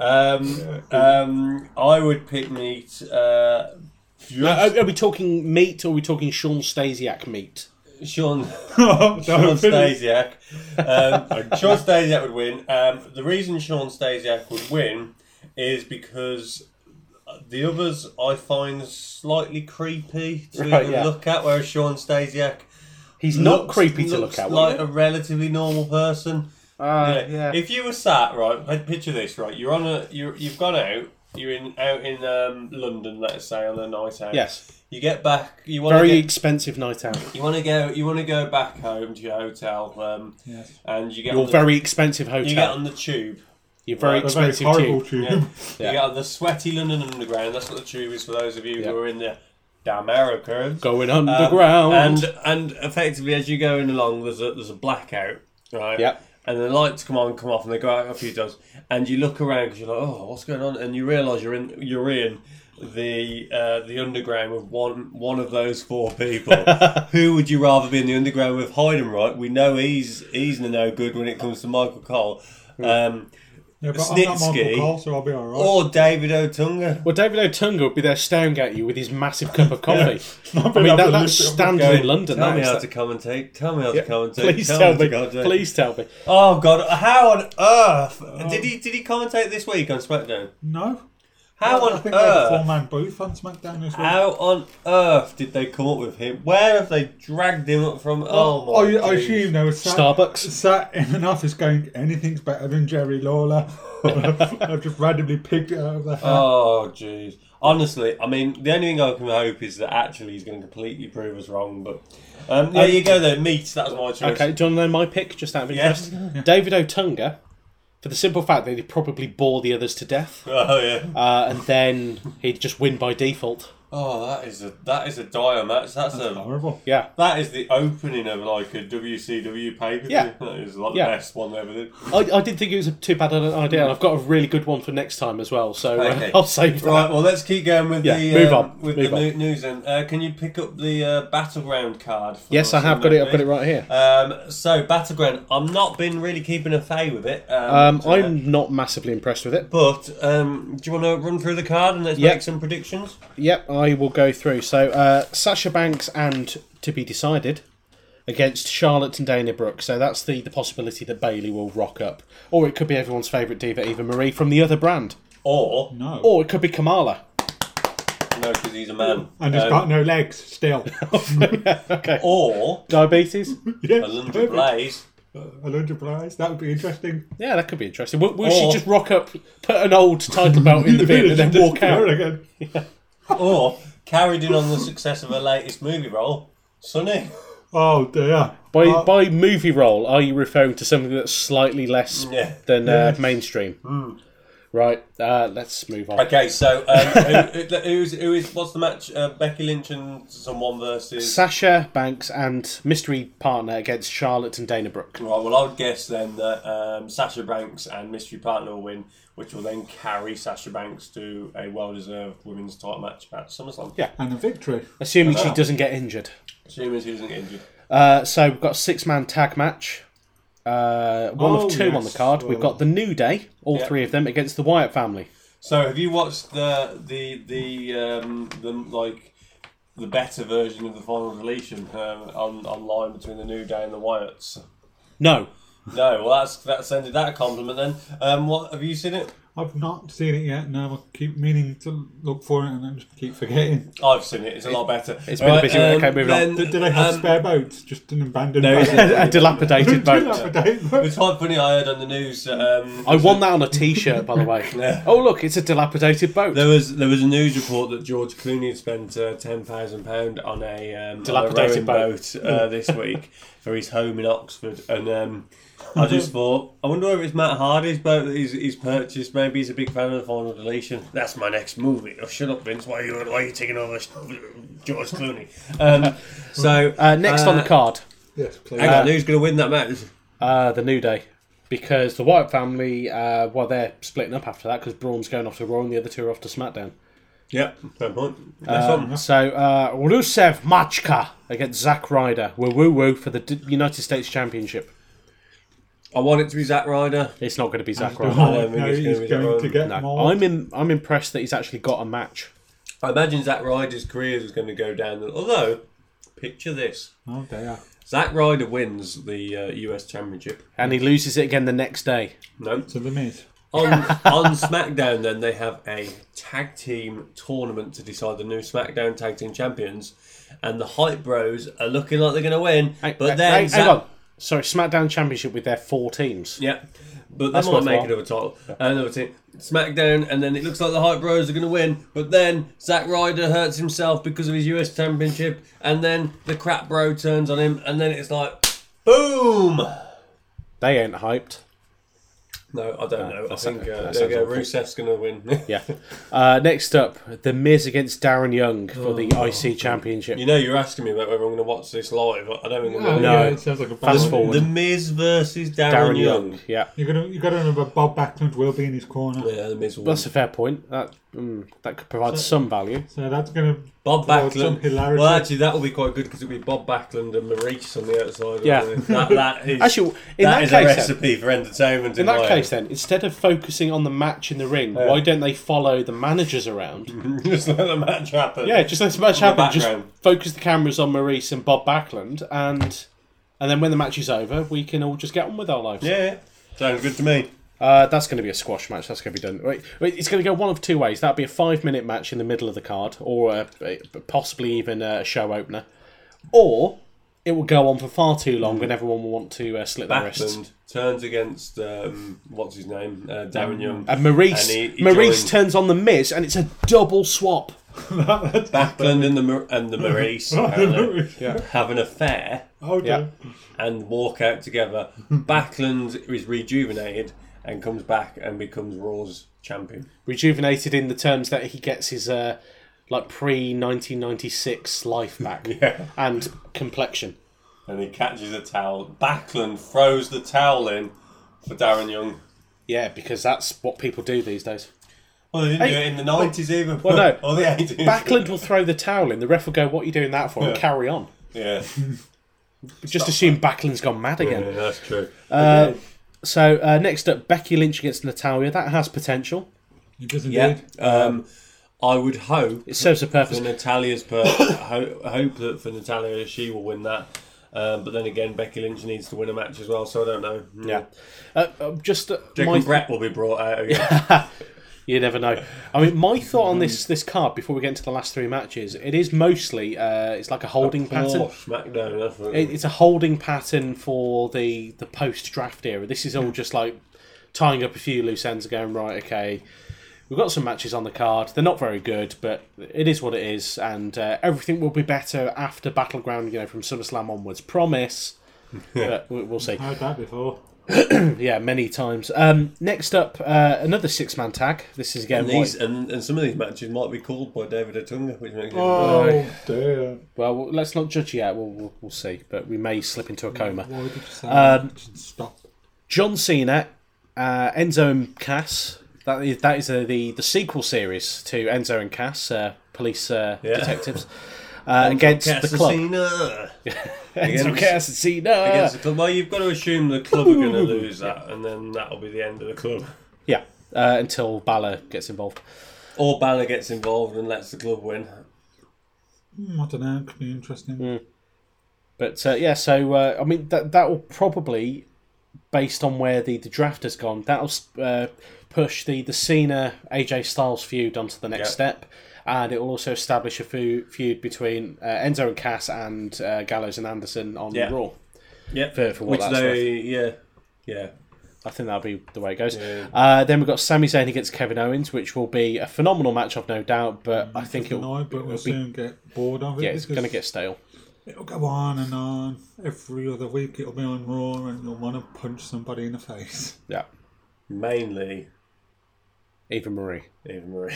um, um, I would pick meat. Uh, Uh, Are, are we talking meat or are we talking Sean Stasiak meat? [laughs] Sean. Don't Sean finish. Stasiak. Um, Sean Stasiak would win. Um, the reason Sean Stasiak would win is because the others I find slightly creepy to Right, even yeah. look at, whereas Sean Stasiak He's not looks- creepy to looks look at. Like Like a relatively normal person. uh, Yeah. yeah. If you were sat right, I'd picture this right. You're on a you you've gone out. You're in out in um, London, let's say, on a night out. Yes. You get back. You want Very to get, expensive night out. you want to go you want to go back home to your hotel. Um, and you get Your on the, very expensive you get hotel. on the [laughs] tube. Your very A very expensive horrible tube. tube. Yeah. [laughs] Yeah. You get on the sweaty London Underground. That's what the tube is for those of you Yeah. who are in the Americans. Going Um, underground. and and effectively, as you're going along, there's a there's a blackout, right? Yep. And the lights come on, come off, and they go out a few times. And you look around because you're like, oh, what's going on? And you realise you're in you're in the uh, the underground with one one of those four people. Who would you rather be in the underground with? Hyden, right? We know he's he's no good when it comes to Michael Cole. Um, Yeah, but I'm not Snitsky. Michael Cole, so I'll be alright. [laughs] or David O'Tunga. well, David O'Tunga would be there staring at you with his massive cup [laughs] of coffee. I mean, able that, to that's lift it up. standard in London. Tell that me is how that- to commentate. Tell me how to commentate. Please tell tell me me. to commentate. Please tell me. Oh God! How on earth did he did he commentate this week on SmackDown? Oh. No. How I on think they had a four earth? man booth on SmackDown this week. How on earth did they come up with him? Where have they dragged him up from? Oh my! Oh, you- I days. assume they were sat, Starbucks. sat in an office going, anything's better than Jerry [laughs] Lawler. I've just randomly picked it out of the hat. Oh jeez. Honestly, I mean, the only thing I can hope is that actually he's going to completely prove us wrong. But um, there you go. Then meat. That's my choice. Okay, do you want to know my pick, just out of Yes. [laughs] interest? David O'Tunga, for the simple fact that he'd probably bore the others to death, Oh yeah. uh, and then he'd just win by default. Oh, that is a that is a dire match. That's, a Horrible. Yeah. That is the opening of like a WCW pay per view. Yeah. That is like Yeah. the best one they ever did. I, I didn't think it was a too bad an idea, and I've got a really good one for next time as well, so uh, Okay. [laughs] I'll save that. Right, well, let's keep going with Yeah, the move um, on, with move the on. new news. Then, uh, can you pick up the uh, battleground card? For Yes, I us have in got that it, I've got bit? it right here. Um, so battleground, I'm not been really keeping a fay with it. Um, Um, so- I'm not massively impressed with it. But um, do you want to run through the card and let's Yeah. make some predictions? Yep, I will go through. So, uh, Sasha Banks and To Be Decided against Charlotte and Dana Brooke. So that's the, the possibility that Bailey will rock up, or it could be everyone's favourite diva Eva Marie from the other brand, Or No. or it could be Kamala. [laughs] no, because he's a man. and it's Um, got no [laughs] legs still. [laughs] okay. or Diabetes. yes. a London Blaze. [laughs] A London prize. That would be interesting. Yeah, that could be interesting. Will, will Or- she just rock up, put an old title belt in the bin, and [laughs] then [laughs] Just walk out? there again. or carried in on the success of her latest movie role, Sunny. Oh dear. By Oh, by movie role, are you referring to something that's slightly less Yeah. Hmm. than uh, mainstream? Right. Uh, let's move on. Okay, so [laughs] um, who, who- who's who is what's the match? Uh, Becky Lynch and someone versus. Sasha Banks and mystery partner against Charlotte and Dana Brooke. Right, well, I would guess then that um, Sasha Banks and Mystery Partner will win, which will then carry Sasha Banks to a well-deserved women's title match at SummerSlam. Yeah. And a victory. Assuming she doesn't get injured. assuming she doesn't get injured. Uh, so we've got a six-man tag match. Uh, one Oh, of two on the yes. card. We've Well- got the New Day, all Yeah. three of them, against the Wyatt family. So, have you watched the the the um, the like the better version of the final deletion um, on online between the New Day and the Wyatts? No, No, well, that's that's ended that compliment then. Um, what have you seen it? I've not seen it yet. No, I keep meaning to look for it, and I just keep forgetting. I've seen it. It's a lot better. It's been a busy week. Okay, moving on. Did, did they have um, spare boats? Just an abandoned. No, boat? it's a, a [laughs] [laughs] dilapidated boat. Dilapidated It was quite funny. I heard on the news. that, Um, I won that on a T-shirt, by the way. [laughs] Yeah. Oh look, it's a dilapidated boat. There was there was a news report that George Clooney had spent uh, ten thousand pound on a um, Dilapidated on a rowing boat uh, [laughs] this week for his home in Oxford, and um, [laughs] I just thought, I wonder if it's Matt Hardy's boat that he's, he's purchased. Maybe he's a big fan of the Final Deletion. That's my next movie. Oh, shut up, Vince. Why are you why are you taking over George Clooney? [laughs] Um, so Uh, next on the uh, card, Yes, please. Hang on, who's going to win that match? uh, the New Day, because the Wyatt family, uh, well, they're splitting up after that because Braun's going off to Raw and the other two are off to SmackDown. Yep, fair point. Next one. So uh, Rusev Machka against Zack Ryder. Woo woo woo for the D- United States Championship. I want it to be Zack Ryder. It's not going to be Zack Oh, Ryder. I don't think no, it's gonna he's be that going to one. get No, more. I'm in, I'm impressed that he's actually got a match. I imagine Zack Ryder's career is going to go down. Although, picture this. Oh, they are. Zack Ryder wins the uh, US Championship. And he loses it again the next day. No. So the Miz. On, on SmackDown, then, they have a tag team tournament to decide the new SmackDown Tag Team Champions. And the Hype Bros are looking like they're going to win. Hey, but hey, then. hey, Zack- hang on. Sorry, SmackDown Championship with their four teams. Yeah. But they That's might make worthwhile. another title. Another team. SmackDown, and then it looks like the Hype Bros are going to win. But then Zack Ryder hurts himself because of his US Championship. And then the crap bro turns on him. And then it's like, boom! They ain't hyped. No, I don't know. I that think sounds- uh, that there we go. sounds Rusev's going to win. [laughs] Yeah. [laughs] Uh, next up, The Miz against Darren Young for the IC Championship. Oh. You know, you're asking me about whether I'm going to watch this live. I don't think I'm going to. No. yeah, it sounds like a Fast bad- forward. The Miz versus Darren, Darren Young. Young. Yeah. You're gonna, you got to remember Bob Backlund will be in his corner. Yeah, the Miz will That's a fair point. That mm, that could provide some value. So that's going to win. Bob Well, some Backlund. hilarity. Well, actually, that will be quite good because it'll be Bob Backlund and Maurice on the outside. Yeah. wouldn't it? that, that is Actually, in that that is case, a then- recipe for entertainment. In, In that my case, then, instead of focusing on the match in the ring, why don't they follow the managers around? then, [laughs] just let the match happen. yeah, just let the match Mm-hmm. The happen. Just background. focus the cameras on Maurice and Bob Backlund, and and then when the match is over, we can all just get on with our lives. yeah, yeah. sounds good to me. Uh, that's going to be a squash match. That's going to be done. Wait, wait, it's going to go one of two ways. That'll be a five-minute match in the middle of the card, or a, a- possibly even a show opener, or it will go on for far too Mm. long, and everyone will want to uh, slit their wrists. Backlund turns against um, what's his name, uh, Darren Young. And Maurice, And he- he Maurice joined- turns on the Miz, and it's a double swap. Backlund and the Mar- and [laughs] the Maurice apparently, have an affair. hold Yeah. and walk [laughs] out together. Backlund is rejuvenated and comes back and becomes Raw's champion. rejuvenated in the terms that he gets his uh, like pre 1996 [laughs] life back Yeah. and complexion. And he catches a towel. Backlund throws the towel in for Darren Young. Yeah, because that's what people do these days. Well, they didn't Hey, do it in the nineties either. well, no. [laughs] or the eighties. Backlund will throw the towel in. The ref will go, "What are you doing that for?" and Yeah. carry on. Yeah. [laughs] Just assume Backlund's gone mad again. yeah, that's true. So uh, next up, Becky Lynch against Natalia. That has potential. It does indeed. yeah. Um, I would hope It serves a purpose. for Natalia's per- [coughs] ho- hope that for Natalia she will win that. Um, but then again, Becky Lynch needs to win a match as well, so I don't know. Hmm. Yeah. Uh, uh, just uh, Jacob my Brett will be brought [laughs] out again. You never know. I mean, my thought on this this card before we get into the last three matches, it is mostly uh, it's like a holding pattern. Poor SmackDown. that's what- it, it's a holding pattern for the the post draft era. This is all just like tying up a few loose ends and going right. Okay, we've got some matches on the card. They're not very good, but it is what it is, and uh, everything will be better after Battleground. You know, from SummerSlam onwards. Promise. but we- we'll see. I heard that before. Yeah, many times. Um, next up, uh, another six man tag. This is again. And, these, White- and, and some of these matches might be called by David Otunga, which makes it Oh, dear. Well, we'll- let's not judge yet. We'll, we'll, we'll see, but we may slip into a coma. Why did you say um, Stop. John Cena, uh, Enzo and Cass. That is that is uh, the the sequel series to Enzo and Cass, uh, police uh, Yeah. [laughs] detectives, uh, against the club. Casasina. Enzo Against- Cass and Cena. Against the club. Well, you've got to assume the club are going [laughs] to lose that, and then that'll be the end of the club. Yeah, uh, until Balor gets involved. Or Balor gets involved and lets the club win. Hmm, I don't know. Could be interesting. Hmm, But uh, yeah, so uh, I mean that that will probably, based on where the, the draft has gone, that'll uh, push the the Cena AJ Styles feud onto the next Yeah. step, and it will also establish a feu- feud between uh, Enzo and Cass and uh, Gallows and Anderson on Yeah. Raw. Yeah, For- for what which that's they yeah yeah I think that'll be the way it goes. Yeah. Uh, then we've got Sami Zayn against Kevin Owens, which will be a phenomenal match, I've no doubt. But I think it'll, Annoyed, but it'll we'll be soon get bored of it. yeah, it's because going to get stale. It'll go on and on. Every other week it'll be on Raw and you'll want to punch somebody in the face. Yeah, mainly Eva Marie. Eva Marie.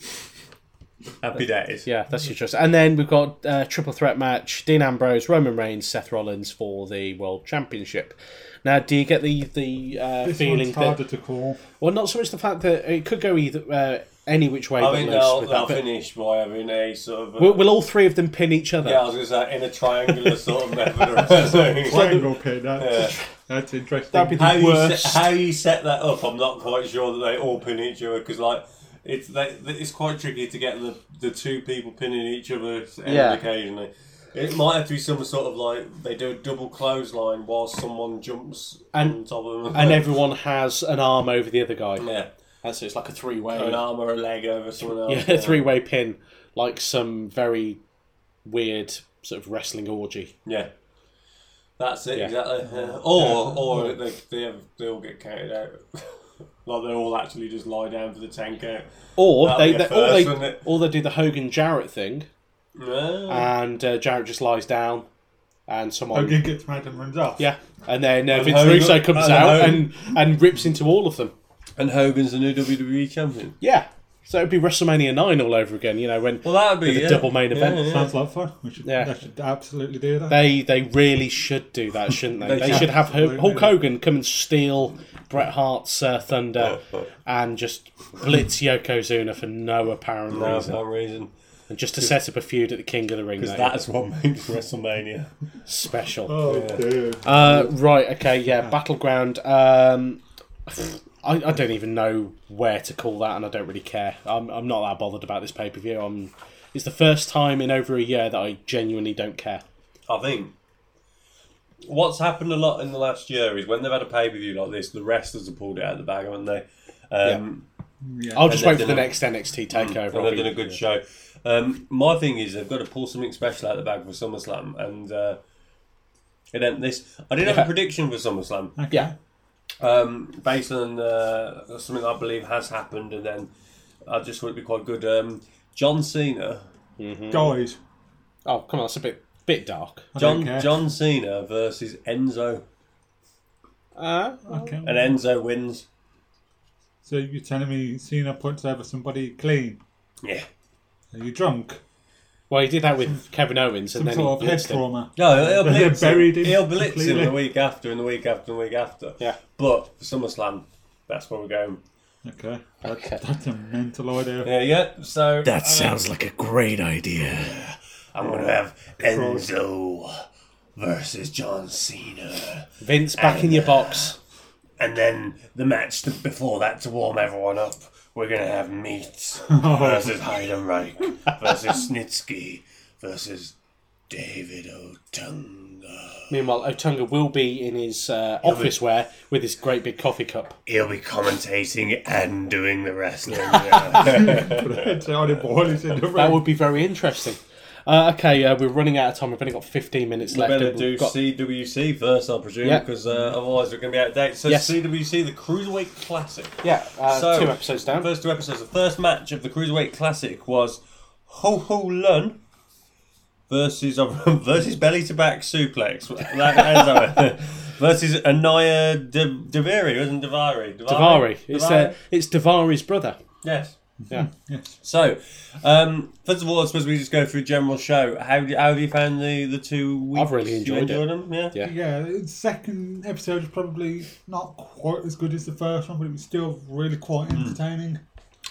[laughs] Happy days. Yeah, that's your choice. And then we've got uh, triple threat match: Dean Ambrose, Roman Reigns, Seth Rollins for the World Championship. Now, do you get the the uh, This feeling one's harder that to call. well, not so much the fact that it could go either uh, any which way. I but mean, loose they'll, with they'll that, but finish by having a sort of. A, will, will all three of them pin each other? yeah, I was going to say in a triangular sort [laughs] of method or something. Triangle pin, that's, that's interesting. That'd be the how you worst. set, how you set that up, I'm not quite sure that they all pin each other because like it's they, it's quite tricky to get the, the two people pinning each other Yeah. occasionally. It might have to be some sort of like they do a double clothesline while someone jumps on And- top of them, and everyone has an arm over the other guy. [laughs] yeah, That's it. It's like a three an way. arm or a leg over someone Yeah, [laughs] else. a three way pin, like some very weird sort of wrestling orgy. Yeah. That's it, Yeah. exactly. Yeah. Or or they, they, have, they all get counted out. [laughs] like they all actually just lie down for the 10 count. Or That'd they, be a they, or first, wouldn't they, it? or they do the Hogan Jarrett thing, Yeah. and uh, Jarrett just lies down, and someone, Hogan gets mad and runs off. yeah, and then uh, Vince Hogan- Russo comes and out Hogan- and, and rips into all of them. And Hogan's the new WWE champion. Yeah, so it'd be WrestleMania nine all over again. You know when Well, that would be the yeah. double main event. Yeah, yeah. Sounds like fun. We should, Yeah. they should absolutely do that. They they really should do [laughs] that, shouldn't they? They they should. should have Ho- Absolutely. Hulk Hogan come and steal Bret Hart's uh, Thunder Oh, and just blitz Yokozuna for no apparent No, for reason, no reason. and just to set up a feud at the King of the Ring. Because though. that's what makes WrestleMania. special. oh, dude. Uh, right, okay, yeah, battleground. Um, I, I don't even know where to call that, and I don't really care. I'm, I'm not that bothered about this pay per view. I'm. It's the first time in over a year that I genuinely don't care. I think what's happened a lot in the last year is when they've had a pay per view like this, the wrestlers have pulled it out of the bag, haven't they? Um, I'll just And wait for they've the done a- next NXT takeover. And I'll they've be- done a good show. Um, my thing is they've got to pull something special out of the bag for SummerSlam, and uh, it ain't this. I did have Yeah. a prediction for SummerSlam. yeah, um, based on uh, something I believe has happened, and then I just thought it'd be quite good. Um, John Cena, Guys, Oh, come on, that's a bit bit dark. don't John care. John Cena versus Enzo, Uh, okay. and Enzo wins. so you're telling me Cena punts over somebody clean? Yeah, Are you drunk? well, he did that with Kevin Owens, and Some then he sort of head blitzed him. trauma? no, he'll They're blitz him. buried him He'll blitz him completely. the week after, and the week after, and the week after. Yeah. but for SummerSlam, that's where we're going. Okay. That, Okay. That's a mental idea. Yeah, yeah. So uh, That sounds like a great idea. I'm gonna have Enzo versus John Cena, Vince, back in your box. and then the match to, before that to warm everyone up. We're gonna have [laughs] meat. Oh, versus Heidenreich versus Snitsky versus David Otunga. Meanwhile, Otunga will be in his uh, office wear with his great big coffee cup. He'll be commentating and doing the wrestling. [laughs] it's only boy, he's in the That ring. would be very interesting. Uh, okay, uh, we're running out of time. We've only got 15 minutes left. Better and do we've got- CWC first, I presume, Yeah. because uh, otherwise we're going to be out of date. So Yes. CWC, the Cruiserweight Classic. yeah, uh, So, two episodes down. First two episodes. The first match of the Cruiserweight Classic was Ho Ho Lun versus [laughs] versus belly to back suplex. That [laughs] ends up- versus Anaya De- Devari, wasn't Devari? Davari. It's, uh, it's Davari's brother. yes. Hmm. Yeah. So, um, first of all, I suppose we just go through general show. How, do, how have you found the, the two weeks? I've really You enjoyed enjoyed it. them, yeah. Yeah. [laughs] Yeah, the second episode is probably not quite as good as the first one, but it was still really quite Hmm. entertaining.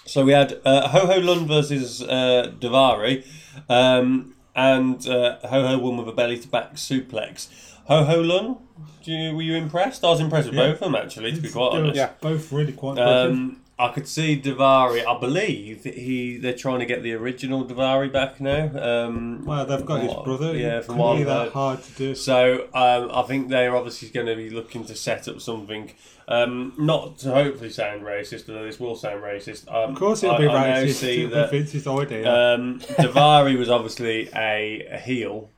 So we had uh, Ho Ho Lund versus uh, Davari, um, and uh, Ho Ho won with a belly to back suplex. Ho Ho Lund, do you, were you impressed? I was impressed with both of them actually, to be quite They were honest. Yeah. both really quite Um, I could see Davari. I believe he they're trying to get the original Davari back now. Um, Well, they've got his what- brother. Yeah, uh, it from couldn't what be I've that heard. hard to do. So um, I think they're obviously going to be looking to set up something, um, not to hopefully sound racist, although this will sound racist. Um, Of course, it'll I, be I now racist. see It'll that be Vince's idea. [laughs] um, Davari was obviously a, a heel.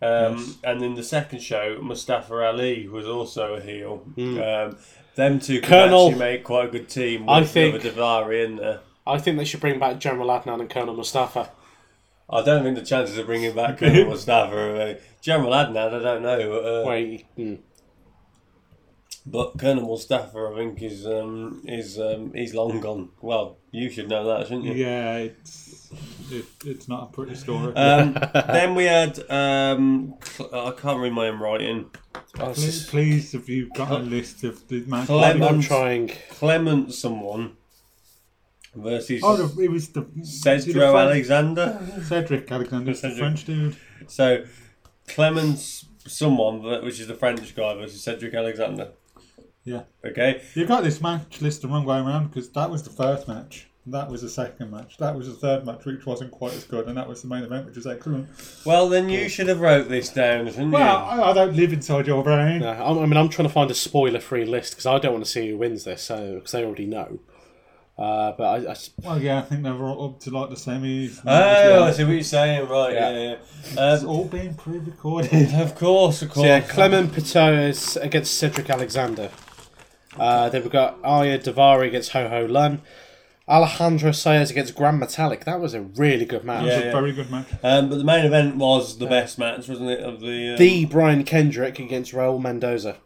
Um, And in the second show, Mustafa Ali was also a heel. Hmm. Um, them two could Colonel- actually make quite a good team with I I think- Davari in there. I think they should bring back General Adnan and Colonel Mustafa. I don't think the chances of bringing [laughs] back Colonel Mustafa are uh, General Adnan, I don't know. Uh, Wait, mm. But Colonel Mustafa, I think, is um, is um, he's long gone. Well, you should know that, shouldn't you? yeah, it's it, it's not a pretty story. Um, then we had um, Cl- I can't read my own writing. Oh, it's please, just please, have you got a list of the matches? Clem- I'm Clemens- trying. Clement someone versus Oh, the, it was the the Cedro French- Alexander. Cedric Alexander, the Cedric. French dude. So Clemens someone, but- which is the French guy, versus Cedric Alexander. Yeah, Okay, you got this match list the wrong way around because that was the first match. That was the second match. That was the third match, which wasn't quite as good, and that was the main event, which was excellent. well then you should have wrote this down, shouldn't Well, you? I, I don't live inside your brain. No, uh, I'm- I mean, I'm trying to find a spoiler-free list because I don't want to see who wins this, so because they already know. Uh, but I, I s- Well, yeah, I think they were up to like the semis. and that Oh, I was see what you're saying, right? Yeah, Yeah. yeah. it. it's Um, all being pre-recorded. of course, of so course. yeah, Clement Pateau is against Cedric Alexander. Uh, then we've got Aya Davari against Ho Ho Lun. Alejandro Sayers against Grand Metallic. That was a really good match. Yeah, It's a very good match. Um, but the main event was the best match, wasn't it? Of the, uh, The Brian Kendrick against Raul Mendoza.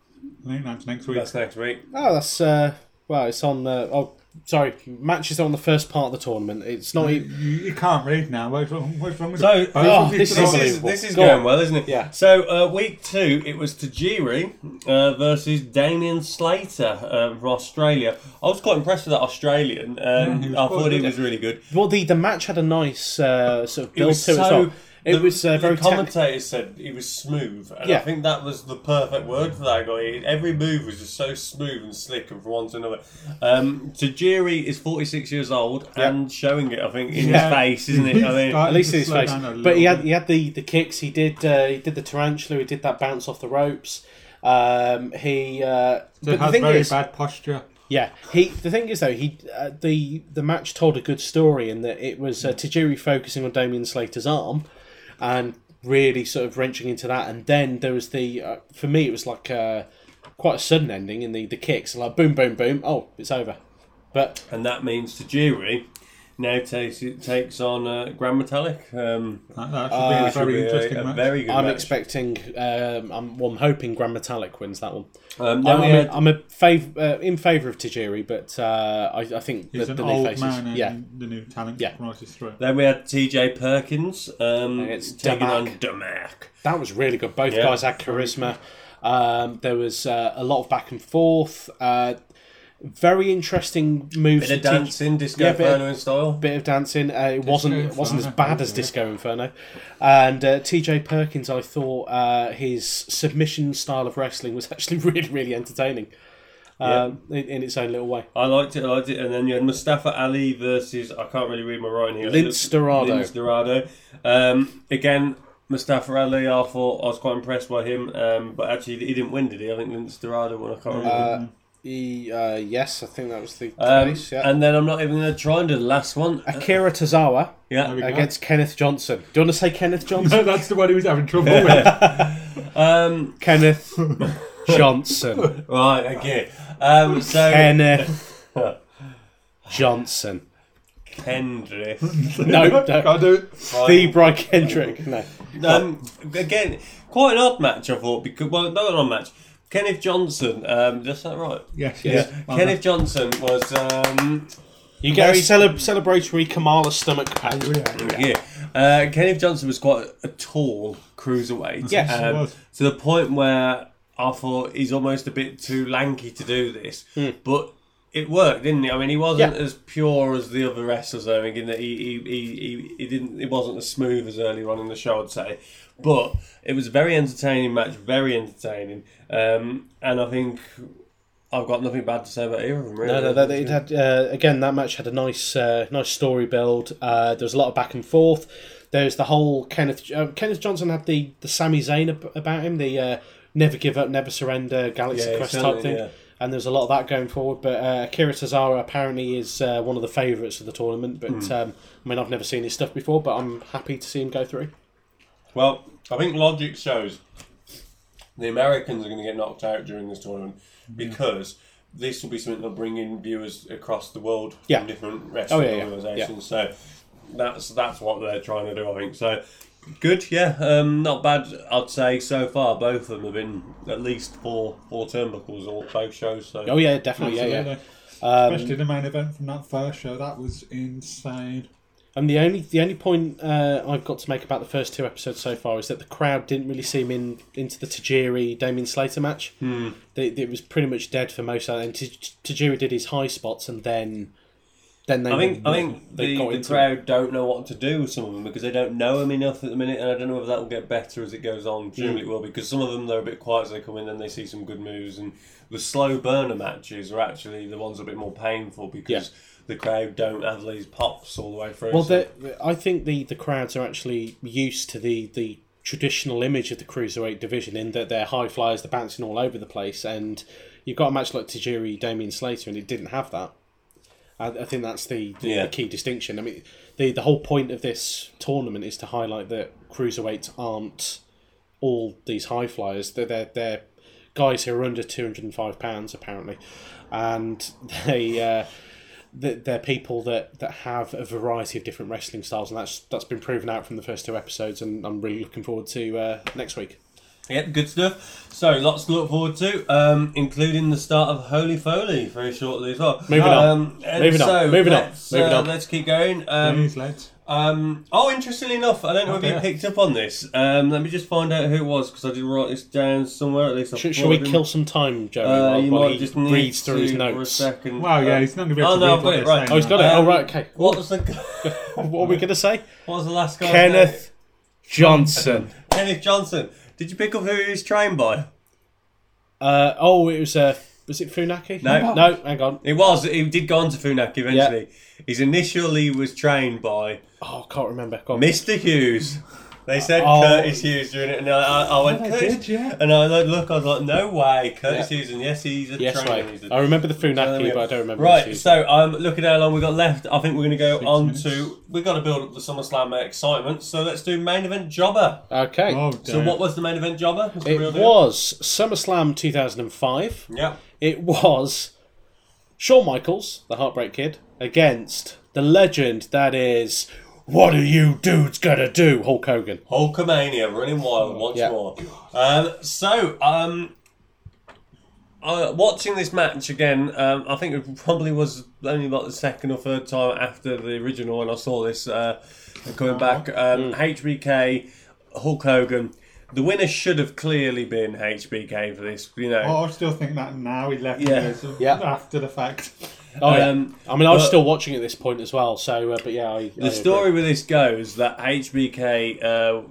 I think that's next week. that's next week. Oh, that's uh, well, it's on. Uh, oh, sorry, matches on the first part of the tournament. It's not. Mm. You, e you can't read now. What's wrong, what's wrong with So both oh, of you this tonight? this is unbelievable. this is Go going on. well, isn't it? Yeah. So uh, week two, it was Tajiri uh, versus Damien Slater uh, from Australia. I was quite impressed with that Australian. Um, Mm, he was I quite thought he good. was really good. Well, the the match had a nice uh, sort of It build was to it. as so. well. It the, was uh, very the technical. commentators said he was smooth, and I Yeah. think that was the perfect word for that guy. He- Every move was just so smooth and slick, and from one to another. Um, Tajiri is forty six years old and showing it. I think in Yeah. his face, isn't [laughs] it? I mean, He's at least in to his slow face. down a But he little had bit. he had the, the kicks. He did uh, he did the tarantula. He did that bounce off the ropes. Um, he uh, So but it the has thing very is, bad posture. yeah, he the thing is though he uh, the the match told a good story in that it was uh, Tajiri focusing on Damien Slater's arm and really sort of wrenching into that, and then there was the uh, for me it was like uh, quite a sudden ending in the the kicks like boom boom boom oh it's over, but and that means Tajiri now takes it takes on uh, Grand Metallic. Um, That, that Ah, should Uh, be a which will very be interesting a, a match. very good I'm match. expecting um, I'm well, I'm hoping Grand Metallic wins that one. um, then I'm, we I'm, had, a, I'm a fav- uh, in favour of Tajiri, but uh, I, I think He's the, an the new old faces. man and yeah, the new talent Yeah. rises through. then we had TJ Perkins um, Against taking Damak. on Damak. that was really good. Both Yeah. guys had charisma. Um, there was uh, a lot of back and forth. Uh, very interesting moves. Bit of that Taj- dancing, disco Yeah, yeah, bit of- in style. bit of dancing. Uh, it wasn't it wasn't as Inferno, bad as yeah. Disco Inferno, and uh, T.J. Perkins. I thought uh, his submission style of wrestling was [laughs] actually really really entertaining, um, in, in its own little way. I liked it, I liked it. And then you had Mustafa Ali versus, I can't really read my writing here. Lince Dorado. Lince Dorado. Um, again, Mustafa Ali, I thought I was quite impressed by him, um, but actually he didn't win, did he? I think Lince Dorado won, I can't remember. He, uh, yes, I think that was the Um, case. Yeah. And then I'm not even going to try and do the last one. Uh, Akira Tozawa Yeah. we go. against Kenneth Johnson. Do you want to say Kenneth Johnson? [laughs] [laughs] No, that's the one he was having trouble with. Um, [laughs] Kenneth Johnson. right, okay. Um, so, Kenneth [laughs] Johnson. Kendrick. No, [laughs] no. Can't do it. The Brian [laughs] Kendrick. No. Um, again, quite an odd match, I thought, because, well, not an odd match. Kenneth Johnson, um, is that right? Yes, Yeah. yes. Well Kenneth Johnson was um, You get a cele- celebratory Kamala stomach pack. done. Yeah. yeah. Uh, Kenneth Johnson was quite a tall cruiserweight. Yes. um, He was. To the point where I thought he's almost a bit too lanky to do this, but. It worked, didn't it? I mean, he wasn't Hmm. Yeah. as pure as the other wrestlers. I think in that he, he, he, he, he didn't. It wasn't as smooth as earlier on in the show, I'd say. But it was a very entertaining match, very entertaining. Um, and I think I've got nothing bad to say about either of them. Really. No, no, that, it had uh, again. That match had a nice, uh, nice story build. Uh, there was a lot of back and forth. There's the whole Kenneth uh, Kenneth Johnson had the the Sami Zayn ab- about him, the uh, never give up, never surrender, Galaxy Yeah, Quest exactly, type thing. yeah. And there's a lot of that going forward. But uh, Akira Tozawa apparently is uh, one of the favourites of the tournament. But Hmm. um, I mean, I've never seen his stuff before, but I'm happy to see him go through. Well, I think logic shows the Americans are going to get knocked out during this tournament because this will be something that'll bring in viewers across the world Yeah. from different wrestling Oh, yeah, yeah, organisations. So that's that's what they're trying to do, I think. So good, yeah, um, not bad. I'd say so far both of them have been at least four four turnbuckles all both shows. So Oh yeah, definitely, yeah, yeah. Um, Absolutely. Especially the main event from that first show, that was insane. And the only the only point uh, I've got to make about the first two episodes so far is that the crowd didn't really seem in into the Tajiri Damien Slater match. Hmm. Mm. it was pretty much dead for most of that. And T- Tajiri did his high spots, and then then they I think I think they the, got the into crowd don't know what to do with some of them because they don't know them enough at the minute, and I don't know if that will get better as it goes on. Hmm. Presumably it will because some of them they're a bit quiet as they come in, and they see some good moves, and the slow burner matches are actually the ones a bit more painful because the crowd don't have these pops all the way through. Well, so- the- I think the, the crowds are actually used to the, the traditional image of the cruiserweight division in that they're high flyers, they're bouncing all over the place, and you've got a match like Tajiri, Damien Slater, and it didn't have that. I, I think that's the, the, Yeah. the key distinction. I mean, the the whole point of this tournament is to highlight that cruiserweights aren't all these high flyers. They're they're, they're guys who are under two hundred and five pounds apparently, and they. Uh, that they're people that, that have a variety of different wrestling styles, and that's that's been proven out from the first two episodes, and I'm really looking forward to uh, next week. Yep, good stuff. So lots to look forward to, um, including the start of Holy Foley very shortly as well. Um, Moving on. and Moving on. so Moving on. let's, Moving uh, on. Let's keep going. Um, Please, lads. Um, oh, interestingly enough, I don't know if you Okay. picked up on this. Um, let me just find out who it was because I did write this down somewhere. At least I Should, thought should we it- kill some time, Joey, Uh, while, you while might he just need reads through his to for a notes? Oh, second. Well, yeah, Uh, he's not going to be able oh, to no, read I've what got it they're right. saying he's got it. Um, oh, right, okay. What was the What are we going to say? [laughs] what was the last guy? Kenneth Johnson. there? Kenneth Johnson. Did you pick up who he was trained by? Uh, oh, it was uh, was it Funaki? No. no, hang on. It was. He did go on to Funaki eventually. His initially was trained by Oh, I can't remember. Go on. Mr. Hughes. They said Oh. Curtis Hughes during it, and I, I, I went, they Curtis. did, yeah. And I like, look, I was like, no way, Curtis Yeah. Hughes, and yes, he's a yes, trainer. right. He's a I remember the Uh, there we Funaki, go. but I don't remember. Right, his so um, looking how long we got left, I think we're going to go on minutes. to. We've got to build up the SummerSlam excitement, so let's do main event jobber. okay. Oh, So, dear. what was the main event jobber? What's the real it deal? was SummerSlam 2005. Yeah. It was Shawn Michaels, the Heartbreak Kid, against the legend that is. What are you dudes gonna do, Hulk Hogan? Hulkamania running wild once Yeah. more. Um, so, um, uh, watching this match again, um, I think it probably was only about the second or third time after the original when I saw this uh, coming back. Um, HBK, Hulk Hogan. The winner should have clearly been HBK for this, you know. Oh, I still think that now he left Yeah. years Yeah. after the fact. Oh yeah. Um, I mean, I was but- still watching at this point as well. So, uh, but yeah, I, the story with this goes that HBK. Uh,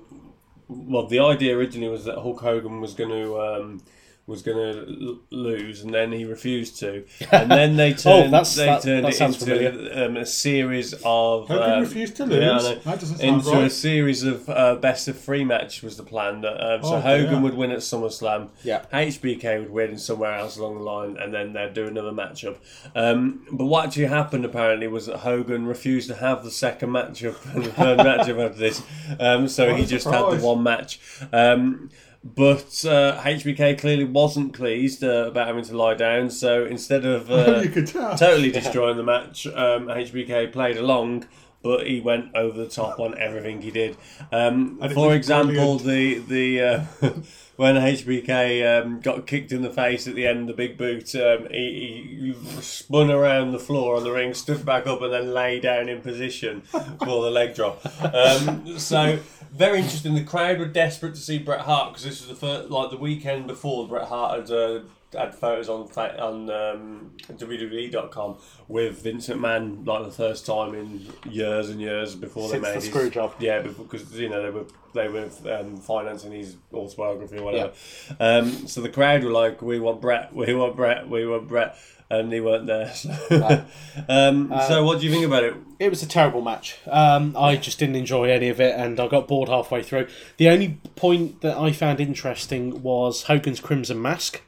well, the idea originally was that Hulk Hogan was going to um, was going to l- lose, and then he refused [laughs] to, and then they turned Oh, that's- they that- turned that it sounds into um, a series of Hogan um, refused to yeah, I lose? know. That doesn't sound into a right. series of uh, best of three match was the plan. That um, so Oh, Hogan yeah. would win at SummerSlam, Yeah. HBK would win somewhere else along the line, and then they'd do another matchup. Um, but what actually happened apparently was that Hogan refused to have the second matchup [laughs] and the third matchup after this, um, so What a he just had surprise. the one match. Um, but uh, HBK clearly wasn't pleased uh, about having to lie down, so instead of uh, [laughs] You could tell. [laughs] totally destroying the match. Um, HBK played along, but he went over the top on everything he did. Um, it for was example, the the uh, [laughs] when HBK um, got kicked in the face at the end, the big boot, um, he, he spun around the floor on the ring, stood back up, and then lay down in position for the leg drop. Um, so. Very interesting. The crowd were desperate to see Bret Hart because this was the first, like the weekend before Bret Hart had uh, had photos on fa- on um, WWE.com with Vince McMahon like the first time in years and years before Since they made the his- screw job. Yeah, because you know they were they were um, financing his autobiography or whatever. Um, so the crowd were like, "We want Brett, we want Brett, we want Brett," and he weren't there. [laughs] So, um, so what do you think about it? It was a terrible match. Um, I just didn't enjoy any of it, and I got bored halfway through. The only point that I found interesting was Hogan's Crimson Mask.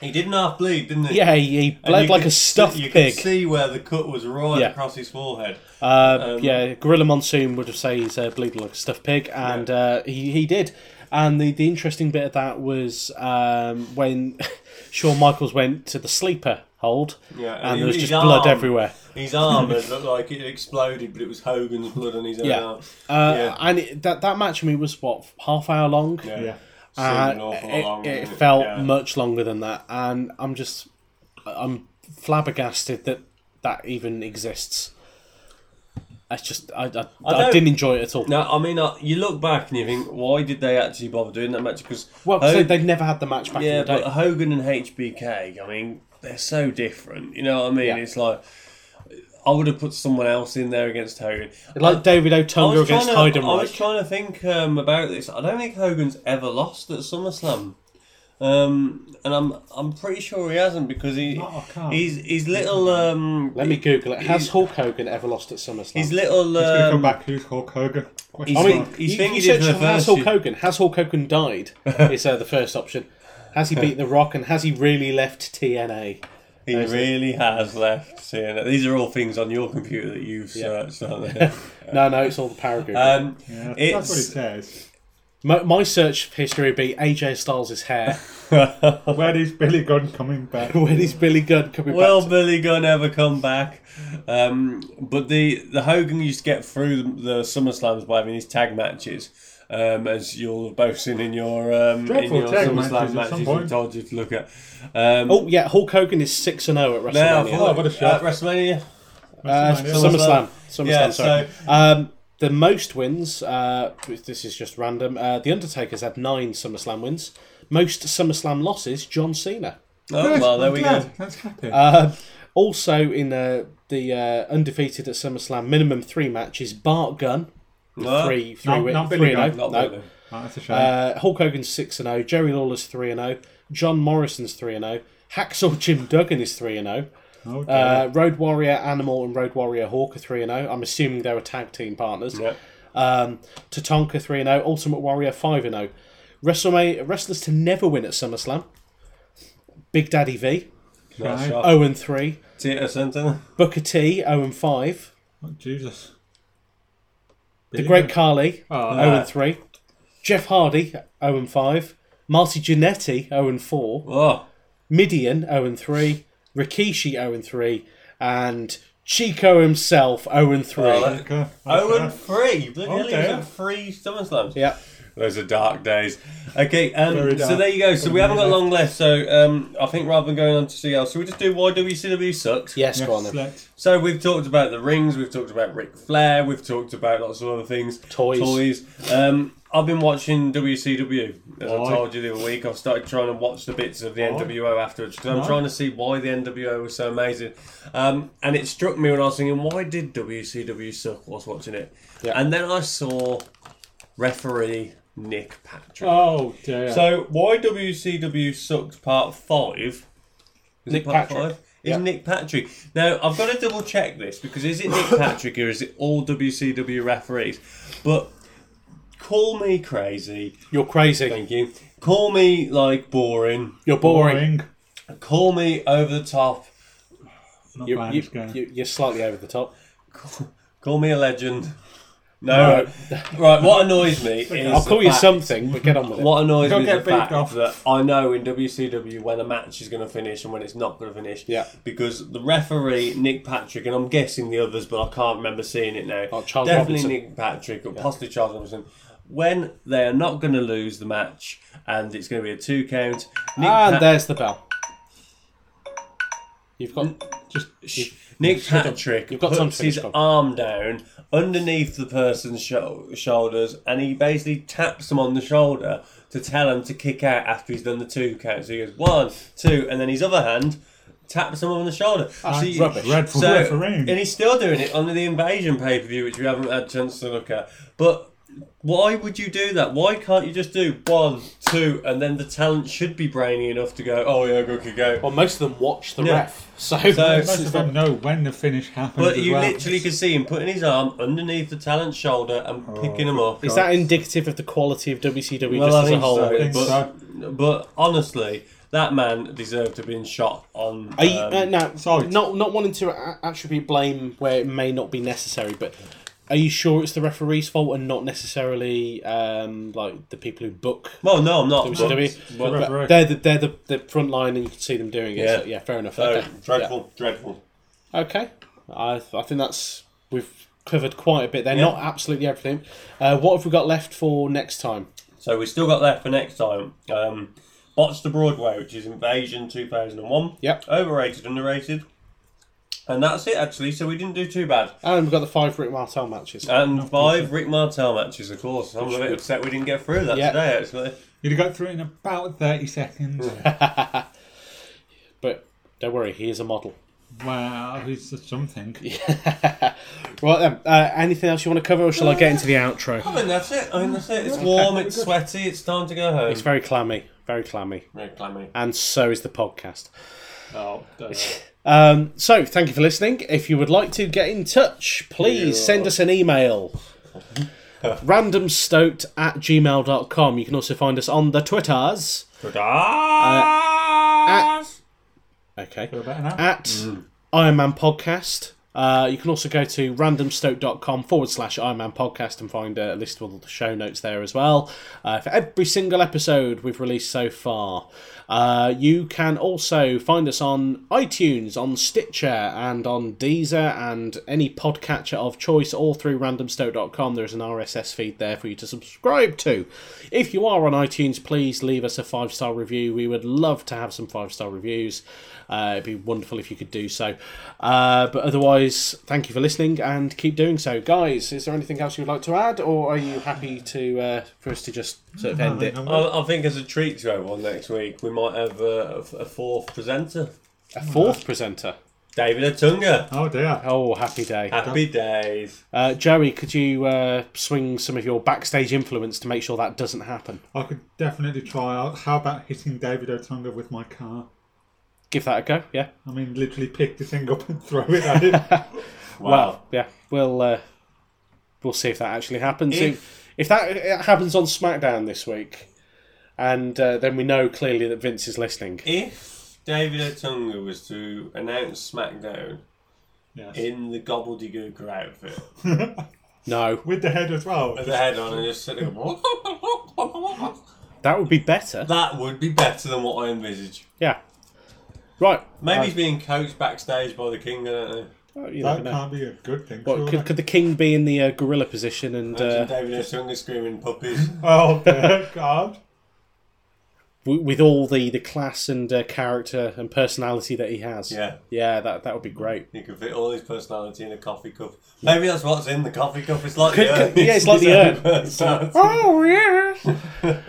He didn't half bleed, didn't he? Yeah, he, he And bled you like could a stuffed see- you pig. could see where the cut was right Yeah. across his forehead. Uh, Um, yeah, Gorilla Monsoon would have said he's uh, bleeding like a stuffed pig, and uh, he, he did. And the, the interesting bit of that was um, when [laughs] Shawn Michaels went to the sleeper hold, Yeah, and, there he- was his just blood arm- everywhere. His arm had looked like it exploded, but it was Hogan's blood on his own Yeah. arm. Uh, yeah, And it, that, that match, I mean, was what, half hour long? yeah. yeah. Uh, Seemed an awful it, long, it didn't felt Yeah. much longer than that, and I'm just I'm flabbergasted that that even exists. That's just I I, I, don't- didn't enjoy it at all. No, I mean, uh, you look back and you think, why did they actually bother doing that match? Because Well, 'cause they, they'd never had the match back Oh. yeah, in the day. but uh, Hogan and HBK, I mean, they're so different. You know what I mean? Yeah. It's like I would have put someone else in there against Hogan. like David I Otunga was, trying against to, Heidenreich. I was trying to think um, about this. I don't think Hogan's ever lost at SummerSlam, um, and I'm I'm pretty sure he hasn't because he No, I can't. he's he's little um, Let me Google it. Has he's- Hulk Hogan ever lost at SummerSlam? he's little He's going to um, come back. Who's Hulk Hogan? Question he's- I mean, mark. he's you, thinking you he did search for has reverse Hulk it. Hogan. Has Hulk Hogan [laughs] died? is uh, the first option. Has he beat The Rock and has he really left TNA? He really has left CNA. These are all things on your computer that you've searched, aren't [laughs] they? No, no, it's all the power group. um, [laughs] Yeah, that's what he it's says. My, my search history would be AJ Styles' hair. [laughs] Where is Billy Gunn coming back? when is Billy Gunn coming Will back? Billy Gunn ever come back? Um, but the, the Hogan used to get through the, the SummerSlams by having his tag matches, um, as you'll have both seen in your, um, in Dreadful your tag SummerSlam matches at matches some we point. told you to look at. Um, Oh yeah, Hulk Hogan is six and zero at now, WrestleMania. Oh, what a uh, shock. WrestleMania. Uh, SummerSlam, SummerSlam. SummerSlam. Yeah, sorry. so- Um, the most wins. Uh, this is just random. Uh, the Undertaker's had nine SummerSlam wins. Most SummerSlam losses. John Cena. Oh, well, there I'm we glad. go. That's happy. Uh, also in uh, the uh, undefeated at SummerSlam, minimum three matches. Bart Gunn. Well, Three, three, Not- win- not Billy three and Gunn, oh. Not No. really. Oh, that's a shame. Uh, Hulk Hogan's six and zero. Jerry Lawler's three and zero. John Morrison's three and zero. Hacksaw Jim Duggan is three and zero. oh, dear. Uh, Road Warrior Animal and Road Warrior Hawk are 3 0. I'm assuming they were tag team partners. Yep. Um, Tatanka 3 0. Ultimate Warrior 5 0. WrestleMania wrestlers to never win at SummerSlam. Big Daddy V Not Right. Oh. sure. 0 and 3. Theatre Centre. Booker T 0 and 5. oh, Jesus. The Great Carly Oh, 0 and 3. Jeff Hardy 0 and 5. Marty Jannetty 0 and 4. Oh, Midian 0 and 3. Rikishi 0 and 3. And Chico himself 0 and 3. well, that- Okay. Oh, and three. Bloody hell, Okay. he was at three SummerSlams. yeah. Those are dark days. Okay, um, Very so dark. there you go. So we haven't got long left. So um, I think rather than going on to see else, so we just do why WCW sucks. Yes, go on then. Yes, select. So we've talked about the rings, we've talked about Ric Flair, we've talked about lots of other things. Toys. Toys. Um, I've been watching WCW. As I Why? told you the other week, I've started trying to watch the bits of the NWO afterwards because I'm Why? trying to see why the NWO was so amazing. Um, and it struck me when I was thinking, why did WCW suck whilst watching it? And then I saw referee Nick Patrick. Oh, dear. So why WCW sucked part five? Is Nick it part Patrick. Five? Is Nick Patrick? Now I've got to double check this because is [laughs] it Nick Patrick or is it all WCW referees? But call me crazy, You're crazy. thank you. Call me like boring. You're boring. Call me over the top. Not You, bad, you, it's going. you, you're slightly over the top. Call me a legend. No, right. What annoys me is I'll the call you fact- something, but get on with it. What annoys Don't me is get the fact beeped off. that I know in WCW when a match is going to finish and when it's not going to finish. Yeah. Because the referee Nick Patrick and I'm guessing the others, but I can't remember seeing it now. Oh, Charles Definitely Robinson. Nick Patrick or possibly Charles Robinson. When they are not going to lose the match and it's going to be a two count, Nick and Pat- there's the bell. You've got Just Shh. Nick Shut up. Patrick You've got time to puts finish, his Bob. arm down underneath the person's shou- shoulders and he basically taps them on the shoulder to tell him to kick out after he's done the two counts. So he goes one, two, and then his other hand taps him on the shoulder. See, rubbish. Dreadful so, refereeing. and he's still doing it on the Invasion pay per view, which we haven't had a chance to look at. But why would you do that? Why can't you just do one, two, and then the talent should be brainy enough to go, oh yeah, go, go, go. Well, most of them watch the Yeah. ref, [laughs] so, So- Most of them know when the finish happens. But as you well. literally could see him putting his arm underneath the talent's shoulder and picking him up. is that indicative of the quality of WCW Oh, well, just I as a think whole? so, think but, so. but honestly, that man deserved to have been shot on. Are you, um, uh, no, sorry. not not wanting to a- attribute blame where it may not be necessary, but are you sure it's the referee's fault and not necessarily um, like the people who book well, no, I'm not. but- WCW? but- Correct. But they're the, they're the, the front line, and you can see them doing it. Yeah. so, yeah fair enough. so, okay. dreadful, dreadful. Yeah. Okay, I I think that's we've covered quite a bit there. Not absolutely everything. Uh, what have we got left for next time? So we still got left for next time. Um, Bots to Broadway, which is Invasion 2001. Yep. Overrated, underrated. And that's it, actually. So we didn't do too bad. And we've got the five Rick Martel matches. And five Rick Martel matches, of course. I'm a bit upset we didn't get through that Yeah. today, actually. You'd have got through it in about 30 seconds. but don't worry, he is a model. [laughs] wow, it's something. Right then, uh, anything else you want to cover, or shall I get into the outro? I mean, that's it. I mean, that's it. It's [laughs] warm, it's sweaty, it's time to go home. Oh, It's very clammy, very clammy, very clammy. and so is the podcast. Oh, don't know. Um, so, thank you for listening. If you would like to get in touch, please send us an email randomstoked at gmail.com. You can also find us on the Twitters. Ta-da! Okay. Feel better now? At Iron Man Podcast. Uh, you can also go to randomstoke.com forward slash Iron Man Podcast and find a list of all the show notes there as well uh, for every single episode we've released so far. Uh, you can also find us on iTunes, on Stitcher, and on Deezer and any podcatcher of choice, all through randomstoke.com. There is an RSS feed there for you to subscribe to. If you are on iTunes, please leave us a five star review. We would love to have some five star reviews. Uh, it'd be wonderful if you could do so. Uh, but otherwise, thank you for listening and keep doing so, guys. Is there anything else you'd like to add, or are you happy to uh, for us to just sort of end it? I, I think as a treat to everyone next week, we might have uh, a, a fourth presenter. A fourth presenter. David Atunga. Oh, dear. Oh, happy day. Happy days. Uh, Joey, could you uh, swing some of your backstage influence to make sure that doesn't happen? I could definitely try out. How about hitting David Otunga with my car? Give that a go, yeah. I mean, literally pick the thing up and throw it at him. Wow. Well, yeah, we'll uh, we'll see if that actually happens. If, if that it happens on SmackDown this week, and uh, then we know clearly that Vince is listening. If David Otunga was to announce SmackDown yes. in the gobbledygooker outfit, No, With the head as well. with a head on and just sitting there, that would be better. [laughs] that would be better than what I envisage. Yeah. Right. Maybe he's being coached backstage by the king, I don't know. Oh, you never That know. can't be a good thing. What, surely. could, could the king be in the uh, gorilla position and Imagine uh, David Otunga screaming puppies. [laughs] Oh, [laughs] dear God. w- with all the, the class and uh, character and personality that he has? Yeah. Yeah, that that would be great. You can fit all his personality in a coffee cup. Maybe that's what's in the coffee cup. It's like the Could- urn. could- [laughs] yeah, it's like the urn. Personality. Oh yeah.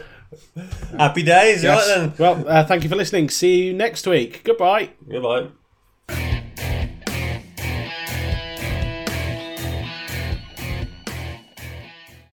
[laughs] Happy days, right then. Well, uh, thank you for listening. See you next week. Goodbye. Goodbye.